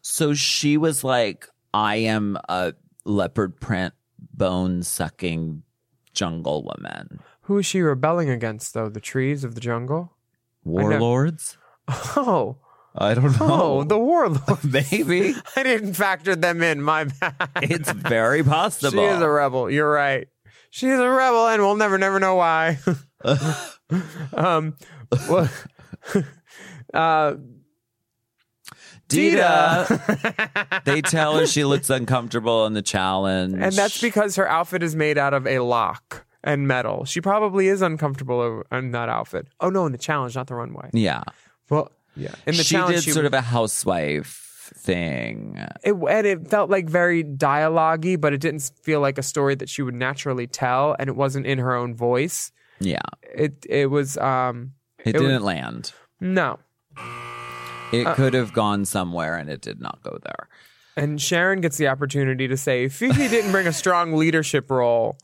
So she was like, "I am a leopard print bone sucking jungle woman."
Who is she rebelling against though? The trees of the jungle. I nev-
Warlords?
Oh.
I don't know.
Oh, the warlords.
Maybe.
I didn't factor them in. My bad.
It's very possible.
She is a rebel. You're right. She's a rebel, and we'll never, never know why. um, well, uh,
Dita. they tell her she looks uncomfortable in the challenge.
and that's because her outfit is made out of a lock and metal. She probably is uncomfortable over- in that outfit. Oh no, in the challenge, not the runway.
yeah.
Well, yeah. In the
she
challenge,
did
she
sort of a housewife thing.
It, and it felt like very dialogue-y, but it didn't feel like a story that she would naturally tell, and it wasn't in her own voice.
Yeah.
It it was um
It,
was-
didn't land.
No.
It
Uh,
could have gone somewhere and it did not go there.
And Sharon gets the opportunity to say Fifi didn't bring a strong leadership role.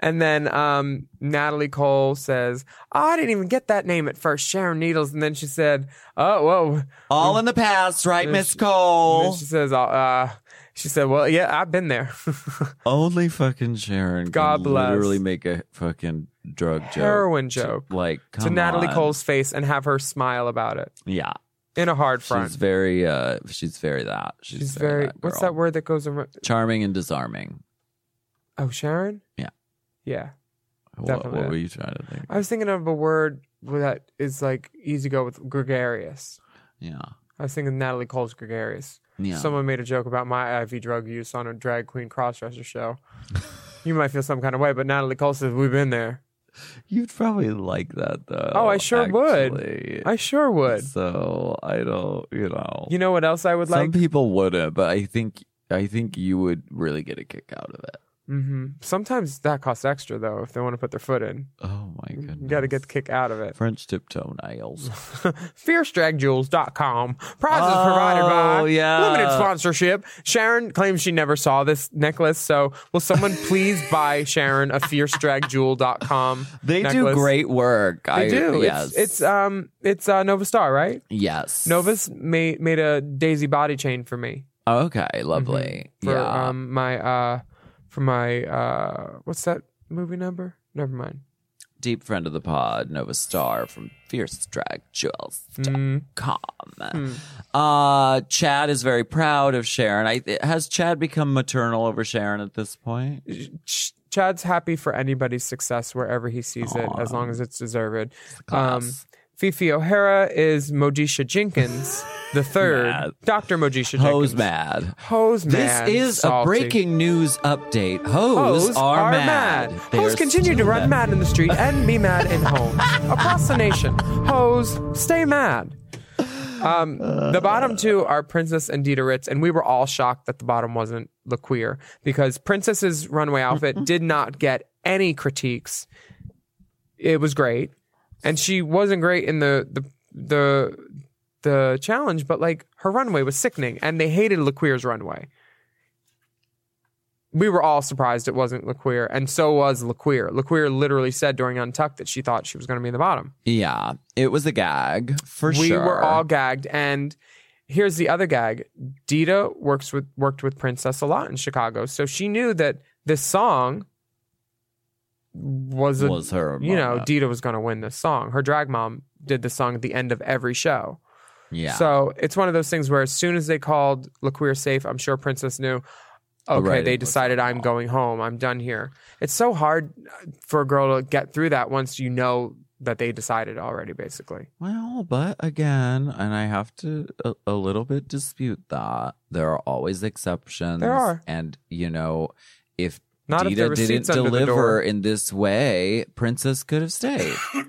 And then um, Natalie Cole says, "Oh, I didn't even get that name at first, Sharon Needles. And then she said, Oh, whoa.
All in the past, right,
And
Miss
she-
Cole?
and She says, uh, uh, She said, Well, yeah, I've been there.
Only fucking Sharon
God bless.
literally make a fucking drug joke.
Heroin
to-
joke.
like
to
come
Natalie
on.
Cole's face and have her smile about it
Yeah.
in a hard front.
She's very uh she's very that. She's,
She's very, what's that word that goes around?
charming and disarming.
Oh, Sharon?
Yeah.
Yeah.
What,
Definitely.
what were you trying to think?
I was thinking of a word that is like easy to go with gregarious.
Yeah.
I was thinking Natalie Cole's gregarious.
Yeah.
Someone made a joke about my IV drug use on a drag queen crossdresser show. you might feel some kind of way, but Natalie Cole says we've been there.
You'd probably like that though.
Oh, I sure would.
would.
I sure would.
So I don't, you know.
You know what else I would
Some
like?
people wouldn't, but I think I think you would really get a kick out of it.
hmm Sometimes that costs extra though if they want to put their foot in.
Oh my goodness.
You got to get the kick out of it.
French tiptoe nails.
FierceDragJewels.com. Prizes provided by
Oh, yeah.
limited sponsorship. Sharon claims she never saw this necklace, so will someone please buy Sharon a FierceDragJewel.com?
They do
necklace?
great work.
They
I,
do.
Yes.
It's, it's um it's uh, Nova Star, right?
yes.
Novus made made a daisy body chain for me
Okay. Lovely.
for
yeah.
um my uh for my uh what's that movie number? Never mind.
Deep friend of the pod, Nova Star from Fierce Drag Jewels.
Mm.
Calm.
Hmm.
Uh, Chad is very proud of Sharon. I, has Chad become maternal over Sharon at this point?
Ch- Chad's happy for anybody's success wherever he sees it, as long as it's deserved. Um, Fifi O'Hara is Modisha Jenkins, the third, Doctor Modisha Jenkins.
Ho's mad.
Hose
This
man.
is a
salty.
breaking news update. Hoes,
Hoes
are, mad. They
Hoes
are
continue to
still
run mad in the street and be mad in homes. Across the nation, hoes stay mad. Um, the bottom two are Princess and Dita Ritz, and we were all shocked that the bottom wasn't the queer because Princess's runway outfit did not get any critiques. It was great, and she wasn't great in the the the the challenge, but like her runway was sickening, and they hated LaQueer's runway we were all surprised it wasn't LaQueer, and so was LaQueer. LaQueer literally said during Untucked that she thought she was going to be in the bottom.
Yeah, it was a gag for
we
sure.
were all gagged, and here's the other gag: Dita works with worked with Princess a lot in Chicago, so she knew that this song was a,
Was her
You know,
moment.
Dita was going to win this song. Her drag mom did this song at the end of every show.
yeah.
So it's one of those things where as soon as they called LaQueer safe, I'm sure Princess knew. Okay,
Right,
they
it was
decided I'm going home. I'm done here. It's so hard uh, for a girl to get through that once you know that they decided already, basically.
well, but again, and I have to a, a little bit dispute that there are always exceptions.
There are.
and you know, if
Not if
Dita
there were
didn't
seats under the
deliver
door.
in this way, Princess could have stayed.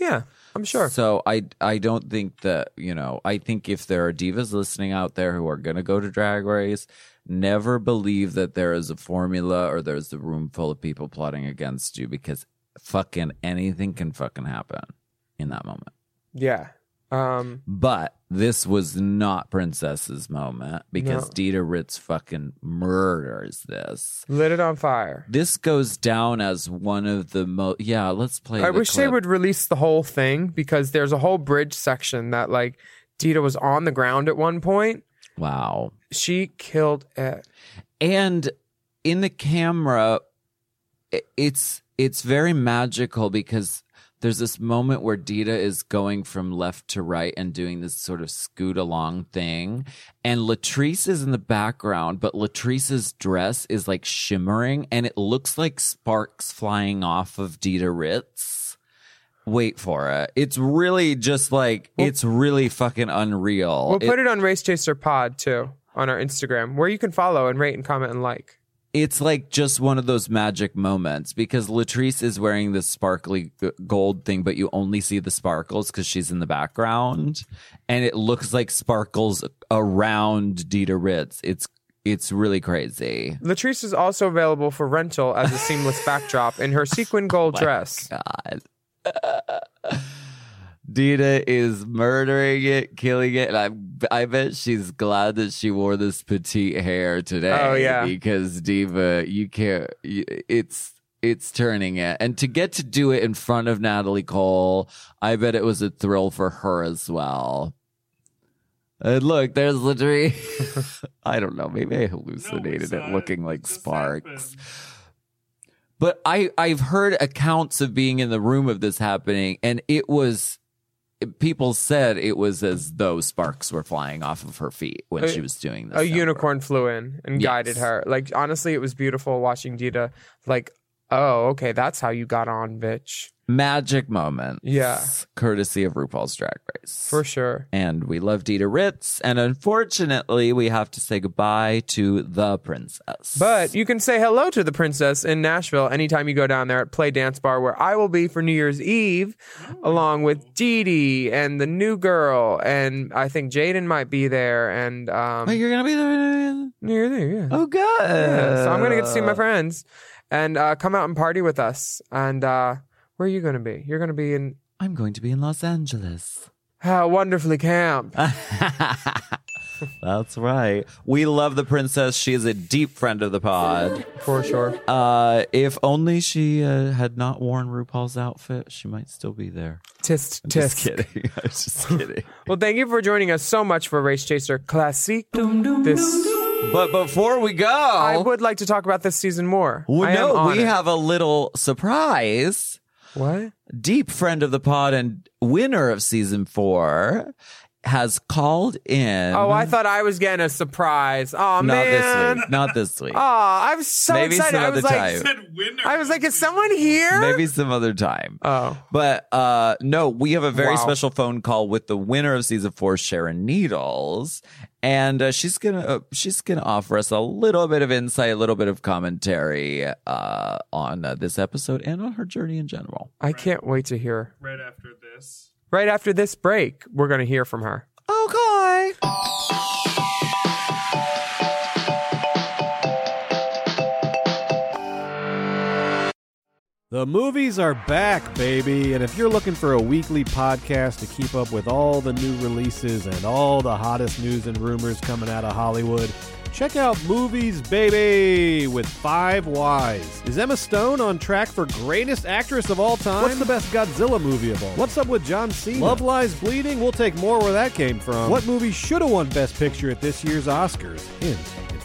Yeah, I'm sure.
So I I don't think that you know I think if there are divas listening out there who are gonna go to Drag Race, never believe that there is a formula or there's a room full of people plotting against you because fucking anything can fucking happen in that moment.
Yeah. Um,
But this was not Princess's moment because
No.
Dita Ritz fucking murders this.
lit it on fire.
This goes down as one of the most. Yeah, let's play.
I
the
wish they
clip.
would release the whole thing because there's a whole bridge section that like Dita was on the ground at one point.
Wow.
She killed it.
And in the camera, i- it's it's very magical because there's this moment where Dita is going from left to right and doing this sort of scoot along thing, and Latrice is in the background, but Latrice's dress is like shimmering, and it looks like sparks flying off of Dita Ritz. Wait for it. It's really just like it's really fucking unreal.
We'll put it on Race Chaser Pod too on our Instagram, where you can follow and rate and comment and like.
it's like just one of those magic moments because Latrice is wearing this sparkly g- gold thing, but you only see the sparkles because she's in the background, and it looks like sparkles around Dita Ritz. It's it's really crazy.
Latrice is also available for rental as a seamless backdrop in her sequin gold dress.
God. Dita is murdering it, killing it, and I I bet she's glad that she wore this petite hair today.
Oh, yeah.
because Diva, you can't. You, it's it's turning it, and to get to do it in front of Natalie Cole, I bet it was a thrill for her as well. And look, there's literally, I don't know, maybe I hallucinated it looking like sparks. But I I've heard accounts of being in the room of this happening, and it was people said it was as though sparks were flying off of her feet when
A-
she was doing this.
A unicorn flew in and guided
Yes.
her. Like honestly, it was beautiful watching Dita. Like, oh, okay, that's how you got on, bitch.
Magic moment.
Yeah.
Courtesy of RuPaul's Drag Race.
For sure.
And we love Dita Ritz. And unfortunately, we have to say goodbye to the princess.
But you can say hello to the princess in Nashville anytime you go down there at Play Dance Bar, where I will be for New Year's Eve, along with Dee Dee and the new girl, and I think Jaden might be there. And um,
Wait, you're going to be there?
You're there, yeah.
Oh, good.
Yeah, so I'm gonna get to see
uh,
my friends and uh, come out and party with us. And uh, where are you gonna be? You're gonna be in
I'm going to be in Los Angeles.
how wonderfully camp.
That's right. We love the princess. She is a deep friend of the pod.
For sure.
Uh, if only she uh, had not worn RuPaul's outfit, she might still be there.
Tisk,
I'm just
tisk.
kidding. I'm just kidding.
well, thank you for joining us so much for Race Chaser Classic. This,
but before we go,
I would like to talk about this season more.
Well,
I am
no, we
honored.
have a little surprise.
What?
Deep friend of the pod and winner of season four has called in.
Oh, I thought I was getting a surprise. Oh
not
man.
this week. Not this week.
Oh, I'm so
Maybe
excited.
some
I
other
was like,
time.
I was like, is someone here?
Maybe some other time.
Oh.
But uh no, we have a very
Wow.
special phone call with the winner of season 4 Sharon Needles and uh, she's going to uh, she's going to offer us a little bit of insight, a little bit of commentary uh on uh, this episode and on her journey in general.
I can't wait to hear.
Right after this.
Right after this break, we're going to hear from her.
Okay.
The movies are back, baby, and if you're looking for a weekly podcast to keep up with all the new releases and all the hottest news and rumors coming out of Hollywood, check out Movies Baby with Five Whys. Is Emma Stone on track for greatest actress of all time? What's the best Godzilla movie of all? What's up with John Cena? Love Lies Bleeding? We'll take more where that came from. What movie should have won Best Picture at this year's Oscars? Hint. It's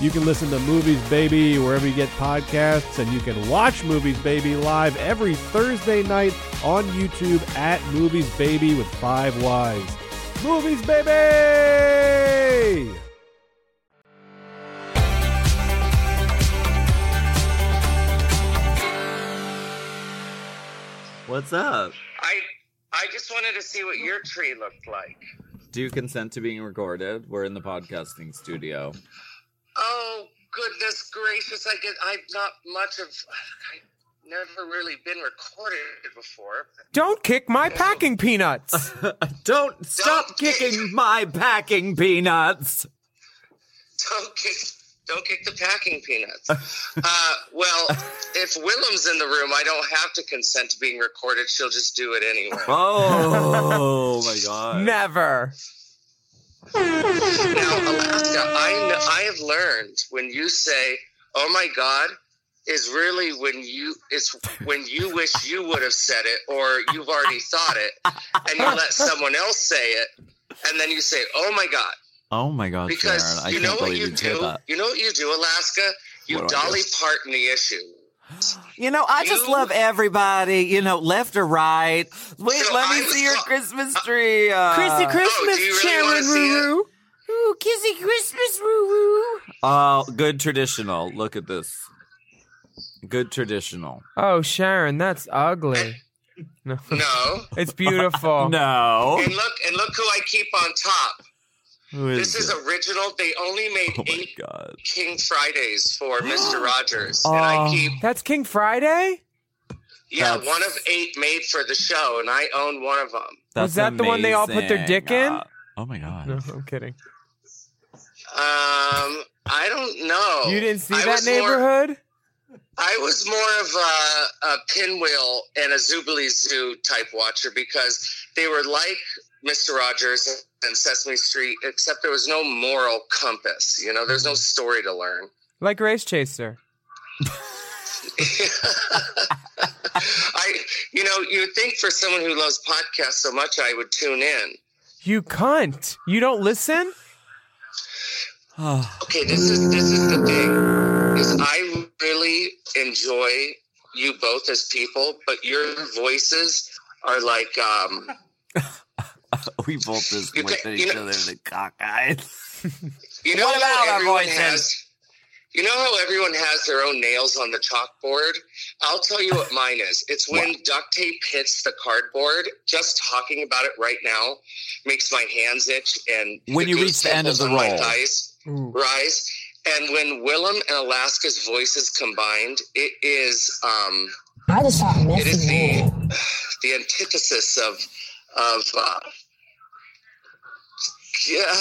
You can listen to Movies Baby wherever you get podcasts, and you can watch Movies Baby live every Thursday night on YouTube at Movies Baby with Five Wives. Movies, baby!
What's up?
I I just wanted to see what your tree looked like.
Do you consent to being recorded? We're in the podcasting studio.
Oh goodness gracious! I get I'm not much of. I've never really been recorded before.
Don't kick my packing peanuts.
Don't stop kicking my packing peanuts.
Don't kick, don't kick the packing peanuts. uh, well, if Willem's in the room, I don't have to consent to being recorded. She'll just do it anyway.
Oh my god.
Never.
now, Alaska, I kn- I have learned when you say, "Oh my God," is really when you it's when you wish you would have said it or you've already thought it, and you let someone else say it, and then you say, "Oh my God,"
Oh my god,
because
Sharon. I
you know
can't
what
believe
you
you did
do.
that.
You know what you do, Alaska. You
What do I do?
Dolly Parton the issue.
You know, I just love everybody, you know, left or right. Wait, let me see your Christmas tree. Uh,
Chrissy Christmas,
wanna
Sharon
see it?
Roo Roo. Ooh, Kissy Christmas, Roo Roo.
Oh, good traditional. Look at this. Good traditional.
Oh, Sharon, that's ugly. No.
No.
It's beautiful.
no.
And look and look who I keep on top.
Who Oh
This is original. They only made eight King Fridays for Mr. Rogers, and I
Oh,
keep
that's King Friday?
Yeah,
That's-
one of eight made for the show, and I own one of them.
Was that the one they all put their dick in?
Oh my god.
No, I'm kidding.
Um, I don't
Oh,
know.
You didn't see
I
that
was more-
neighborhood?
I was more of a, a pinwheel and a Zubilee Zoo type watcher because they were like Mr. Rogers and Sesame Street, except there was no moral compass. You know,
Mm-hmm.
there's no story to learn.
Like Race Chaser.
I, you know, you would think for someone who loves podcasts so much, I would tune in.
You cunt. You don't listen?
Ah.
Okay, this is this is the thing. Is I really enjoy you both as people, but your voices are like um
We both just
You
looked
ca-
at
you
each
know-
other in the cockeyed.
you know
What about
how
our
everyone
voices?
has you know how everyone has their own nails on the chalkboard? I'll tell you what mine is. It's when duct tape hits the cardboard. Just talking about it right now makes my hands itch and
When you
goose
reach the end of
pimples
the
on my
roll.
thighs.
Mm.
rise. And when Willem and Alaska's voices combined, it is um,
I just thought
it is the the antithesis of of uh, yeah.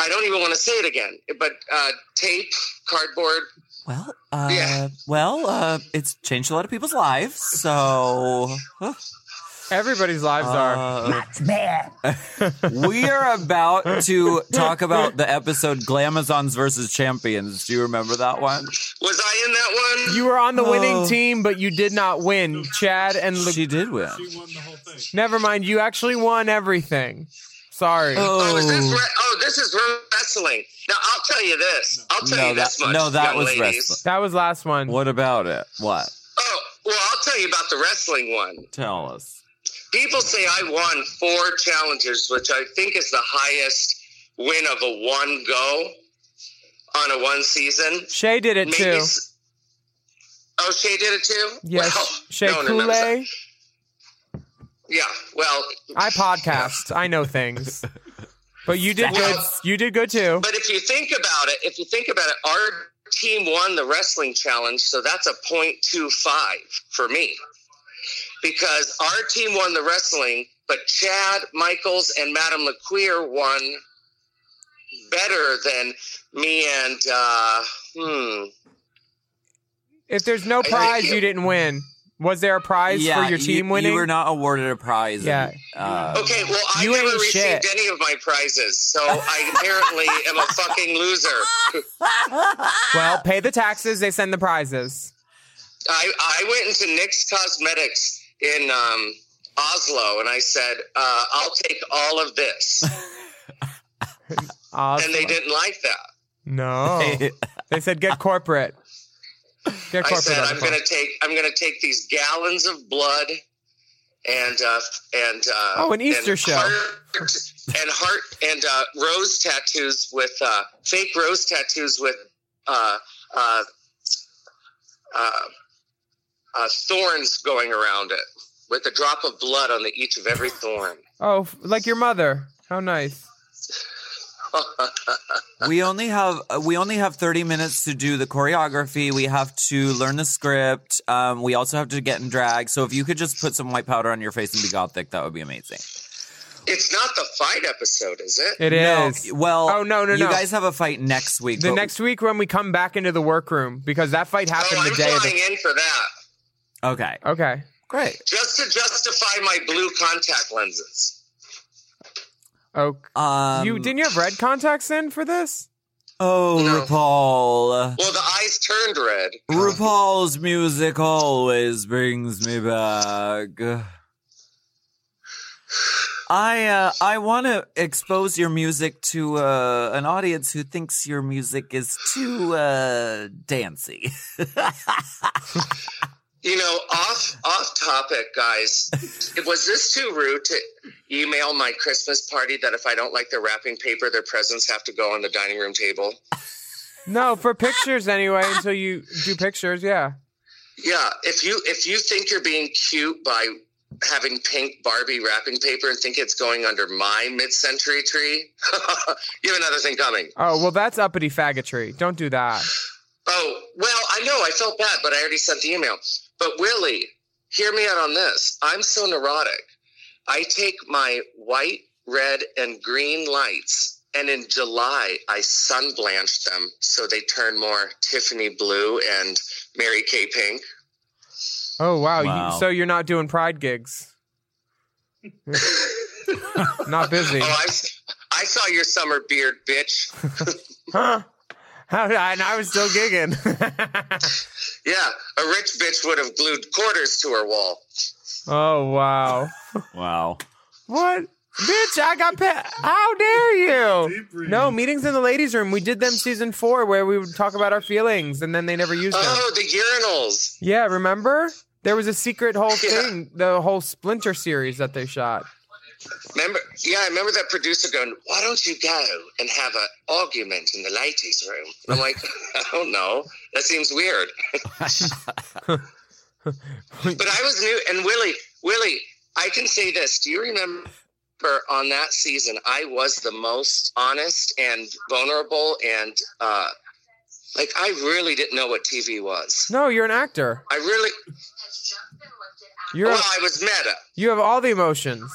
I don't even want to say it again. But uh, tape, cardboard.
Well, uh, well, uh, it's changed a lot of people's lives, so.
Everybody's lives
are.
bad.
Uh, we are about to talk about the episode Glamazons versus Champions. Do you remember that one?
Was I in that one?
You were on the winning
Oh.
team, but you did not win. Chad and Lu-
She did win.
Never mind. You actually won everything. Sorry.
Oh, is this re- oh, this is wrestling. Now I'll tell you this. I'll tell
no,
you this
that,
much.
no, that
young
was
ladies.
wrestling.
That was last one.
What about it? What?
Well, I'll tell you about the wrestling one.
Tell us.
People say I won four challenges, which I think is the highest win of a one go on a one season.
Shay did it
Maybe
too.
s- Oh, Shay did it too.
Yes. Shay
no one
Coulee.
remembers Yeah. Well,
I podcast. I know things. But you did good. You did good too.
but if you think about it, if you think about it, our team won the wrestling challenge, so that's a .25 for me because our team won the wrestling, but Chad Michaels and Madame LaQueer won better than me and uh, hmm.
If there's no
think
prize,
you-
you didn't win. Was there a prize for your team
you,
winning?
You were not awarded a prize.
Yeah.
and, uh,
Okay, well, I
You
never
ain't
received
shit.
any of my prizes, so I apparently am a fucking loser.
well, pay the taxes. They send the prizes.
I, I went into Nick's Cosmetics in um, Oslo and I said, uh, I'll take all of this.
Awesome.
And they didn't like that.
Ah, No. they said get corporate. Get corporate.
I said,
on the
I'm
phone."
gonna take I'm gonna take these gallons of blood and uh, and uh,
Oh, an Easter show.
heart, and heart and uh, rose tattoos with uh, fake rose tattoos with uh, uh, uh, uh, thorns going around it with a drop of blood on the each of every thorn.
Oh, f- like your mother. How nice.
we only have uh, we only have 30 minutes to do the choreography we have to learn the script um, we also have to get in drag so if you could just put some white powder on your face and be gothic that would be amazing
It's not the fight episode, is it?
It
No,
is.
well
Oh, no, no,
you
no.
guys have a fight next week
The
but-
next week when we come back into the workroom, because that fight happened the day. Of
Oh, Flying
the-
in for that
okay
okay.
great
just to justify my blue contact lenses.
Oh,
um,
you didn't you have red contacts in for this?
oh RuPaul
Well, the eyes turned red.
RuPaul's music always brings me back. I uh, I want to expose your music to uh, an audience who thinks your music is too uh, dancey.
You know, off off topic, guys. Was this too rude to email my Christmas party that if I don't like the wrapping paper, their presents have to go on the dining room table?
No, for pictures anyway. Until you do pictures, yeah.
Yeah, if you if you think you're being cute by having pink Barbie wrapping paper and think it's going under my mid-century tree, you have another thing coming.
Oh well, that's uppity faggotry. Don't do that.
Oh, well, I know I felt bad, but I already sent the email. But Willie, hear me out on this. I'm so neurotic. I take my white, red, and green lights, and in July, I sun blanch them so they turn more Tiffany blue and Mary Kay pink.
Oh wow.
Wow.
You, so you're not doing pride gigs? not busy.
Oh, I, I saw your summer beard, bitch.
Huh? How did I, and I was still gigging.
Yeah, a rich bitch would have glued quarters to her wall.
oh wow.
Wow.
What? Bitch, I got pet. How dare you? No, meetings in the ladies' room. We did them season four where we would talk about our feelings and then they never used them.
Oh, the urinals.
Yeah, remember? There was a secret whole thing, the whole Splinter series that they shot.
Remember, yeah, I remember that producer going, "Why don't you go and have an argument in the ladies' room?" I'm like, "I don't know. That seems weird." but I was new, and Willie, Willie, I can say this. Do you remember on that season? I was the most honest and vulnerable, and uh, like I really didn't know what TV was.
No, you're an actor.
I really,
You're
well, Oh, I was meta.
you have all the emotions.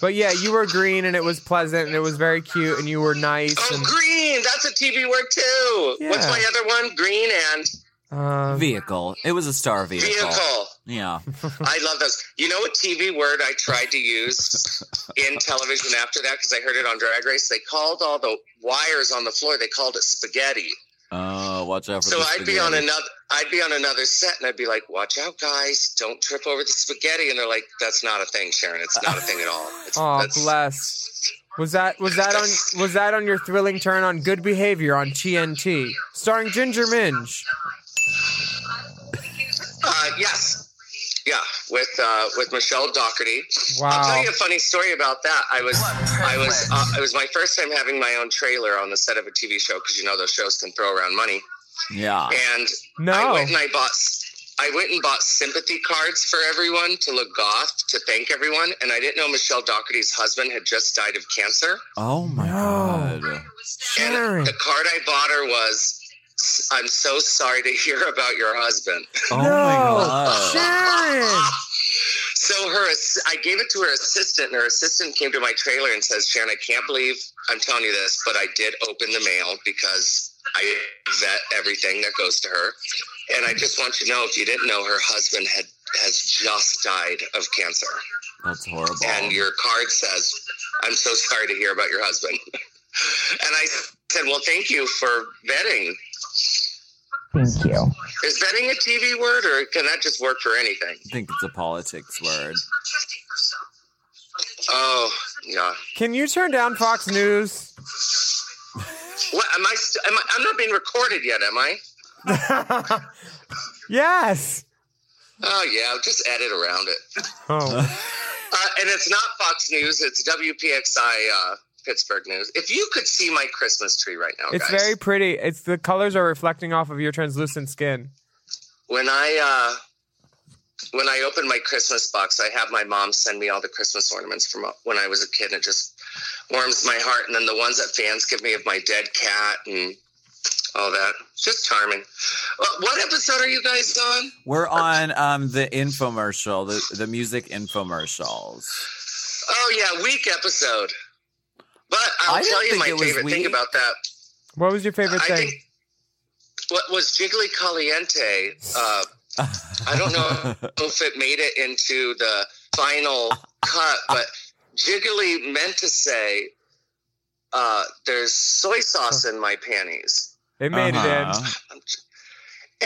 But yeah, you were green and it was pleasant and it was very cute and you were nice
Oh,
and
Green, that's a TV word too. What's
Yeah.
my other one? Green and
Um,
vehicle. It was a star vehicle.
Vehicle.
Yeah.
I love those. You know what TV word I tried to use in television after that because I heard it on Drag Race. They called all the wires on the floor. They called it spaghetti.
Oh, watch out for
so
the
I'd be on
spaghetti.
another. I'd be on another set, and I'd be like, "Watch out, guys! Don't trip over the spaghetti." And they're like, "That's not a thing, Sharon. It's not a thing at all." It's,
Oh,
that's-
bless. Was that was that on was that on your thrilling turn on Good Behavior on TNT, starring Ginger Minge?
Uh, yes. Yeah, with uh, with Michelle Doherty.
Wow.
I'll tell you a funny story about that. I was I was uh, it was my first time having my own trailer on the set of a TV show because you know those shows can throw around money.
Yeah.
And I
Oh.
No.
went and I bought I went and bought sympathy cards for everyone to look goth to thank everyone. And I didn't know Michelle Doherty's husband had just died of cancer.
Oh my god.
And the card I bought her was. I'm so sorry to hear about your husband.
Oh my god.
Sharon.
So her, ass- I gave it to her assistant, and her assistant came to my trailer and says, "Sharon, I can't believe I'm telling you this, but I did open the mail because I vet everything that goes to her, and I just want you to know if you didn't know, her husband had has just died of cancer,
That's horrible.
and your card says, "I'm so sorry to hear about your husband." and I said, "Well, thank you for vetting."
Thank you.
Is vetting a TV word, or can that just work for anything?
I think it's a politics word.
Oh, yeah.
Can you turn down Fox News?
What am I, st- am I? I'm not being recorded yet, am I?
Yes.
Oh yeah, just edit around it.
Oh.
Uh, and it's not Fox News; it's WPXI uh, Pittsburgh News. If you could see my Christmas tree right now,
It's
guys.
very pretty. It's the colors are reflecting off of your translucent skin.
when I uh, when I open my Christmas box, I have my mom send me all the Christmas ornaments from uh, when I was a kid, and it just warms my heart. And then the ones that fans give me of my dead cat and all that, it's just charming. Uh, What episode are you guys on?
We're on um the infomercial, the, the music infomercials.
Oh yeah, week episode. But I'll
I didn't
tell you
think
my
it was
favorite thing
weak.
about that.
What was your favorite
I
thing?
think what was Jiggly Caliente. Uh, I don't know if it made it into the final cut, but Jiggly meant to say, uh, "There's soy sauce in my panties,"
It made it in.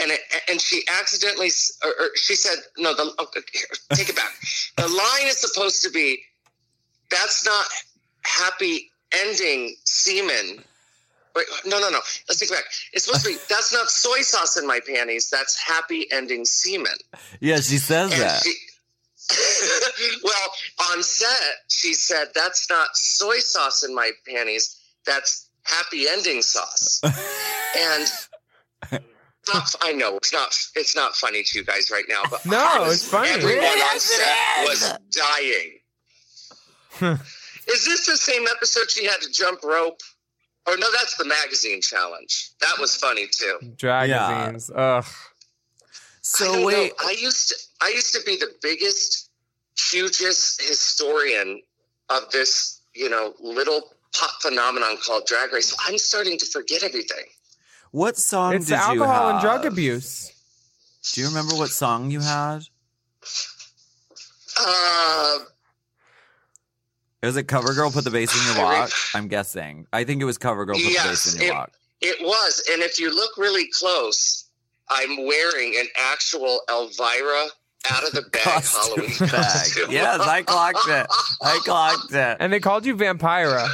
and it, and she accidentally, s- or, or she said, "No, the oh, here, take it back." the line is supposed to be, "That's not happy ending semen." Wait, no, no, no. Let's take it back. It's supposed to be that's not soy sauce in my panties. That's happy ending semen.
Yeah, she says
And
that.
she- well, on set, she said, "That's not soy sauce in my panties. That's happy ending sauce." and not- I know it's not it's not funny to you guys right now, but
No, it's funny.
Everyone on set was dying. Is this the same episode she had to jump rope? Or no, that's the magazine challenge. That was funny too.
Dragazines. Ugh.
I don't know. I used to, I used to be the biggest, hugest historian of this, you know, little pop phenomenon called Drag Race. I'm starting to forget everything.
What song
It's
did you
alcohol and drug
have?
abuse.
Do you remember what song you had?
Uh,
It was a cover girl put the bass in your
I re-
walk. I'm guessing. I think it was cover girl put the bass
yes,
in your
it,
walk.
it was. And if you look really close, I'm wearing an actual Elvira out of the bag Halloween
Bag.
costume.
yes, I clocked it. I clocked it.
And they called you Vampira.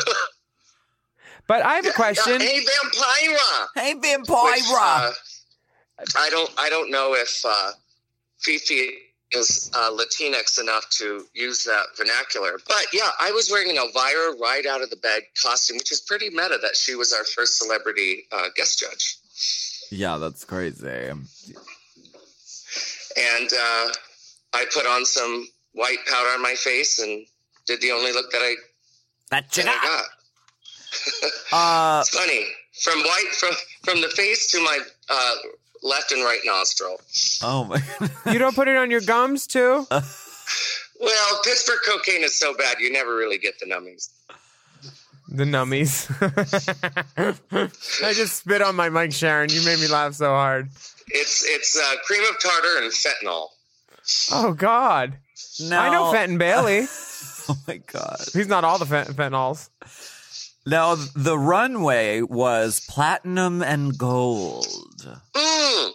but I have a question.
Hey, Vampira.
Hey,
Which, uh, I don't. I don't know if uh, Fifi is uh, Latinx enough to use that vernacular, but yeah, I was wearing an Elvira right out of the bed costume, which is pretty meta that she was our first celebrity uh, guest judge.
Yeah, that's crazy.
And uh, I put on some white powder on my face and did the only look that I
that,
I got.
Uh,
It's funny from white from from the face to my uh, left and right nostril.
oh my.
you don't put it on your gums too?
Well, Pittsburgh cocaine is so bad, you never really get the nummies.
The nummies. I just spit on my mic, Sharon. You made me laugh so hard.
It's it's uh, cream of tartar and fentanyl.
Oh God. I know
Now-
Fenton Bailey.
Oh my god.
He's not all the fent- fentanyls.
Now the runway was platinum and gold.
Mm.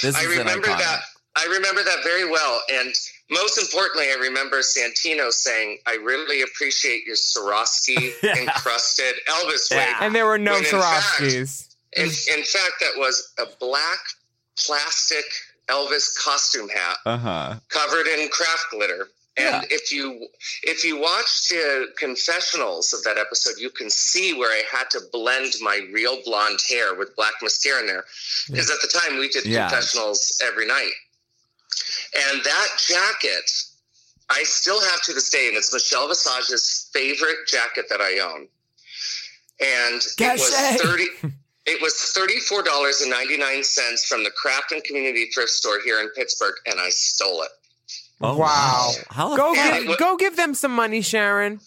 This
I
is an
remember
iconic.
that. I remember that very well. And most importantly, I remember Santino saying, "I really appreciate your Swarovski encrusted Elvis wig."
And there were no
When in fact-
Swarovskis.
In, in fact, that was a black plastic Elvis costume hat
Uh huh.
covered in craft glitter. And if you if you watch the confessionals of that episode, you can see where I had to blend my real blonde hair with black mascara in there, because at the time we did
Yeah.
confessionals every night. And that jacket, I still have to this day, and it's Michelle Visage's favorite jacket that I own. And it was
Cachet.
thirty. It was $34.99 from the Craft and Community Thrift Store here in Pittsburgh, and I stole it.
Oh,
wow.
How
Go
Yeah.
give, go give them some money, Sharon.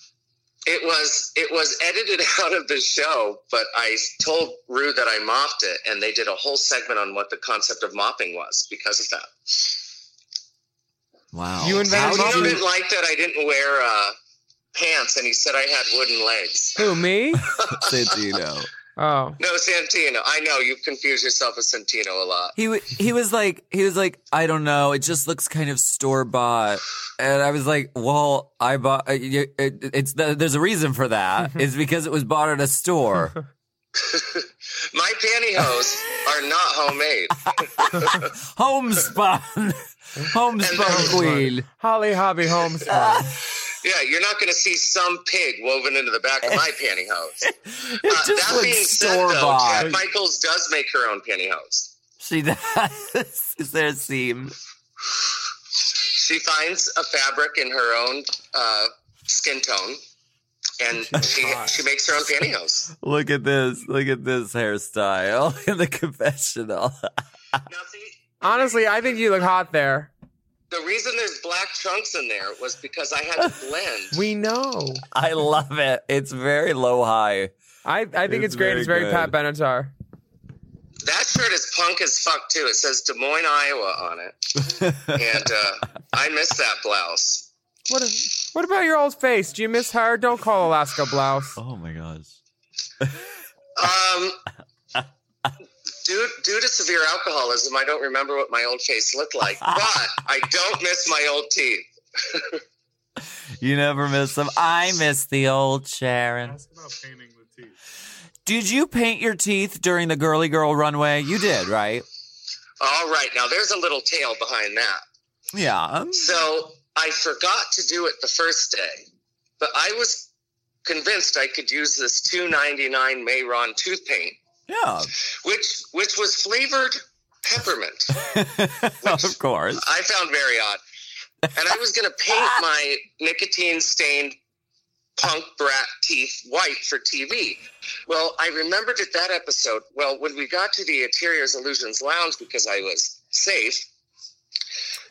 It was it was edited out of the show, but I told Rue that I mopped it, and they did a whole segment on what the concept of mopping was because of that.
Wow.
You
How
invented mopping.
didn't like that I didn't wear uh, pants, and he said I had wooden legs.
Who me?
Santino.
Oh.
No, Santino. I know you've confused yourself with Santino a lot.
He w- he was like he was like I don't know. It just looks kind of store bought, and I was like, well, I bought. uh, y- It, it's the, there's a reason for that. it's because it was bought at a store.
My pantyhose are not homemade.
Homespun. Homespun queen.
Holly Hobby Homespun.
Yeah, you're not going to see some pig woven into the back of my pantyhose. Uh,
just
that
looks
being said, though,
store-bought.
Kat Michaels does make her own pantyhose.
She does. Is there a seam?
She finds a fabric in her own uh, skin tone, and she she makes her own pantyhose.
Look at this. Look at this hairstyle in the confessional.
Honestly, I think you look hot there.
The reason there's black chunks in there was because I had to blend.
We know.
I love it. It's very low high.
I, I think it's, great. It's very Pat Benatar.
That shirt is punk as fuck too. It says Des Moines, Iowa on it, and uh, I miss that blouse.
What, what about your old face? Do you miss her? Don't call Alaska blouse.
Oh my gosh.
Um, due, due to severe alcoholism, I don't remember what my old face looked like, but I don't miss my old teeth.
You never miss them. I miss the old Sharon. Did you paint your teeth during the girly girl runway? You did, right?
All right, now there's a little tale behind that.
Yeah.
So I forgot to do it the first day, but I was convinced I could use this 2.99 Mayron tooth paint,
Yeah.
which which was flavored peppermint.
of course.
I found very odd. And I was going to paint my nicotine stained punk brat teeth white for TV. Well, I remembered at that episode, well, when we got to the Interiors Illusions Lounge, because I was safe,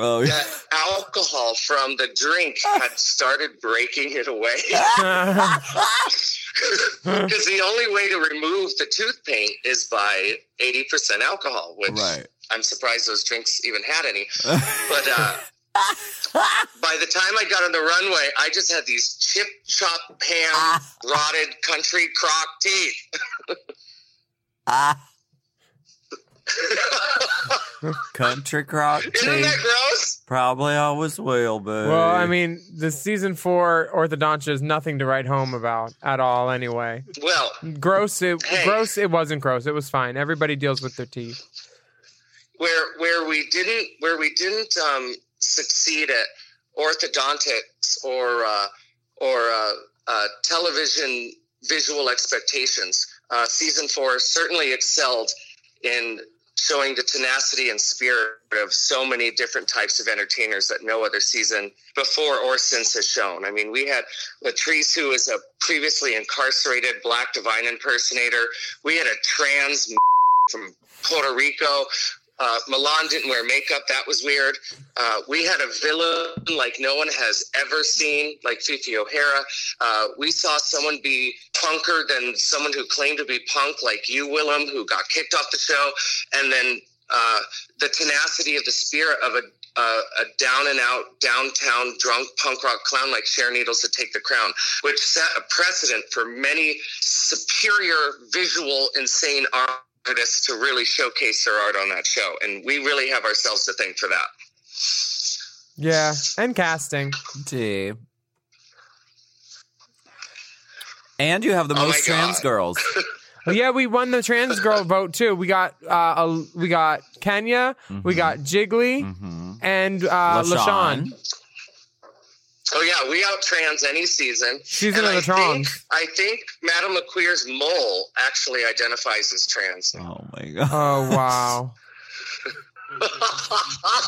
Oh,
that alcohol from the drink had started breaking it away. Because the only way to remove the tooth paint is by 80% alcohol, which
Right.
I'm surprised those drinks even had any. But uh, by the time I got on the runway, I just had these chip chop pan rotted country crock teeth.
Country crock
Isn't that
teeth.
gross?
Probably always will, but
Well, I mean, the season four orthodontia is nothing to write home about at all, anyway.
Well,
gross. It gross. It wasn't gross. It was fine. Everybody deals with their teeth.
where where we didn't where we didn't um, succeed at orthodontics or uh, or uh, uh, television visual expectations. Uh, season four certainly excelled in showing the tenacity and spirit of so many different types of entertainers that no other season before or since has shown. I mean, we had Latrice, who is a previously incarcerated black divine impersonator. We had a trans from Puerto Rico. Uh, Milan didn't wear makeup. That was weird. Uh, we had a villain like no one has ever seen, like Fifi O'Hara. Uh, we saw someone be punker than someone who claimed to be punk, like you, Willem, who got kicked off the show. And then uh, the tenacity of the spirit of a uh, a down and out downtown drunk punk rock clown like Sharon Needles to take the crown, which set a precedent for many superior visual insane artists to really showcase their art on that show. And we really have ourselves to thank for that.
Yeah, and casting.
D. And you have the
Oh
most
my God.
trans girls.
Well, Oh, yeah, we won the trans girl vote too. We got uh, a- we got Kenya,
Mm-hmm.
we got Jiggly, and uh,
LaShawn.
Lashawn.
Oh yeah, we out trans any season.
She's
and
into
I
the
think,
trons.
I think Madame McQueer's mole actually identifies as trans.
Oh my god.
Oh wow.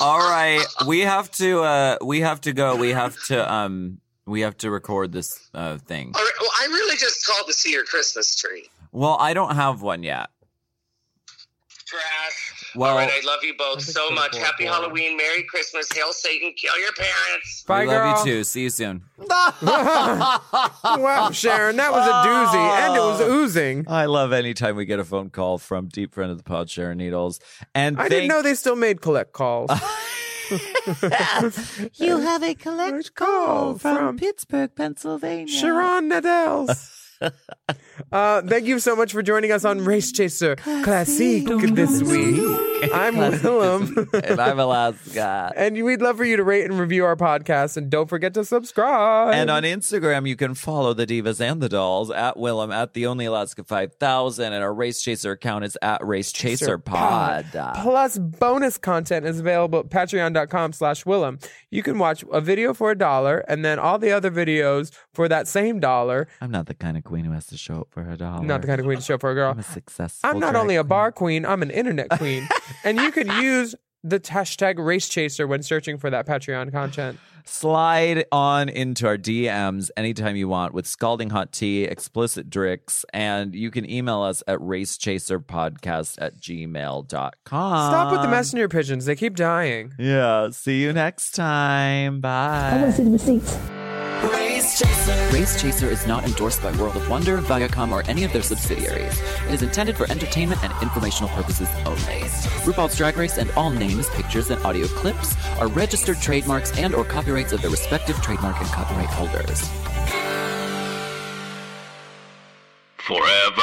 All right, we have to uh we have to go. We have to um we have to record this uh thing.
All right, well, I really just called to see your Christmas tree.
Well, I don't have one yet.
Trash.
Well-
All right, I love you both so much. Happy Halloween, Merry Christmas, Hail Satan, kill your parents.
we love you too. See you soon.
wow, Sharon, that was a doozy, and it was oozing.
Oh. I love anytime we get a phone call from deep friend of the pod, Sharon Needles. And
I didn't
thank-
know they still made collect calls.
You have a collect call from, Pittsburgh, Pennsylvania.
Sharon Nedells. uh, thank you so much for joining us on Race Chaser Classique this week. I'm Willem.
and I'm Alaska.
And we'd love for you to rate and review our podcast. And don't forget to subscribe.
And on Instagram, you can follow the divas and the dolls at Willem at the only Alaska 5000. And our Race Chaser account is at Race Chaser Pod.
Plus, bonus content is available at patreon.com slash Willem. You can watch a video for a dollar and then all the other videos for that same dollar.
I'm not the kind of queen who has to show up for her dollar.
Not the kind of queen to show for a girl.
I'm a successful.
I'm not
drag
only a bar queen, I'm an internet queen. and you could use the hashtag racechaser when searching for that Patreon content.
Slide on into our DMs anytime you want with scalding hot tea, explicit drinks, and you can email us at racechaserpodcast at gmail.com.
Stop with the messenger pigeons. They keep dying.
Yeah. See you next time. Bye.
see the receipts.
Race Chaser.
Race Chaser is not endorsed by World of Wonder, Viacom, or any of their subsidiaries. It is intended for entertainment and informational purposes only. RuPaul's Drag Race and all names, pictures, and audio clips are registered trademarks and or copyrights of their respective trademark and copyright holders.
Forever.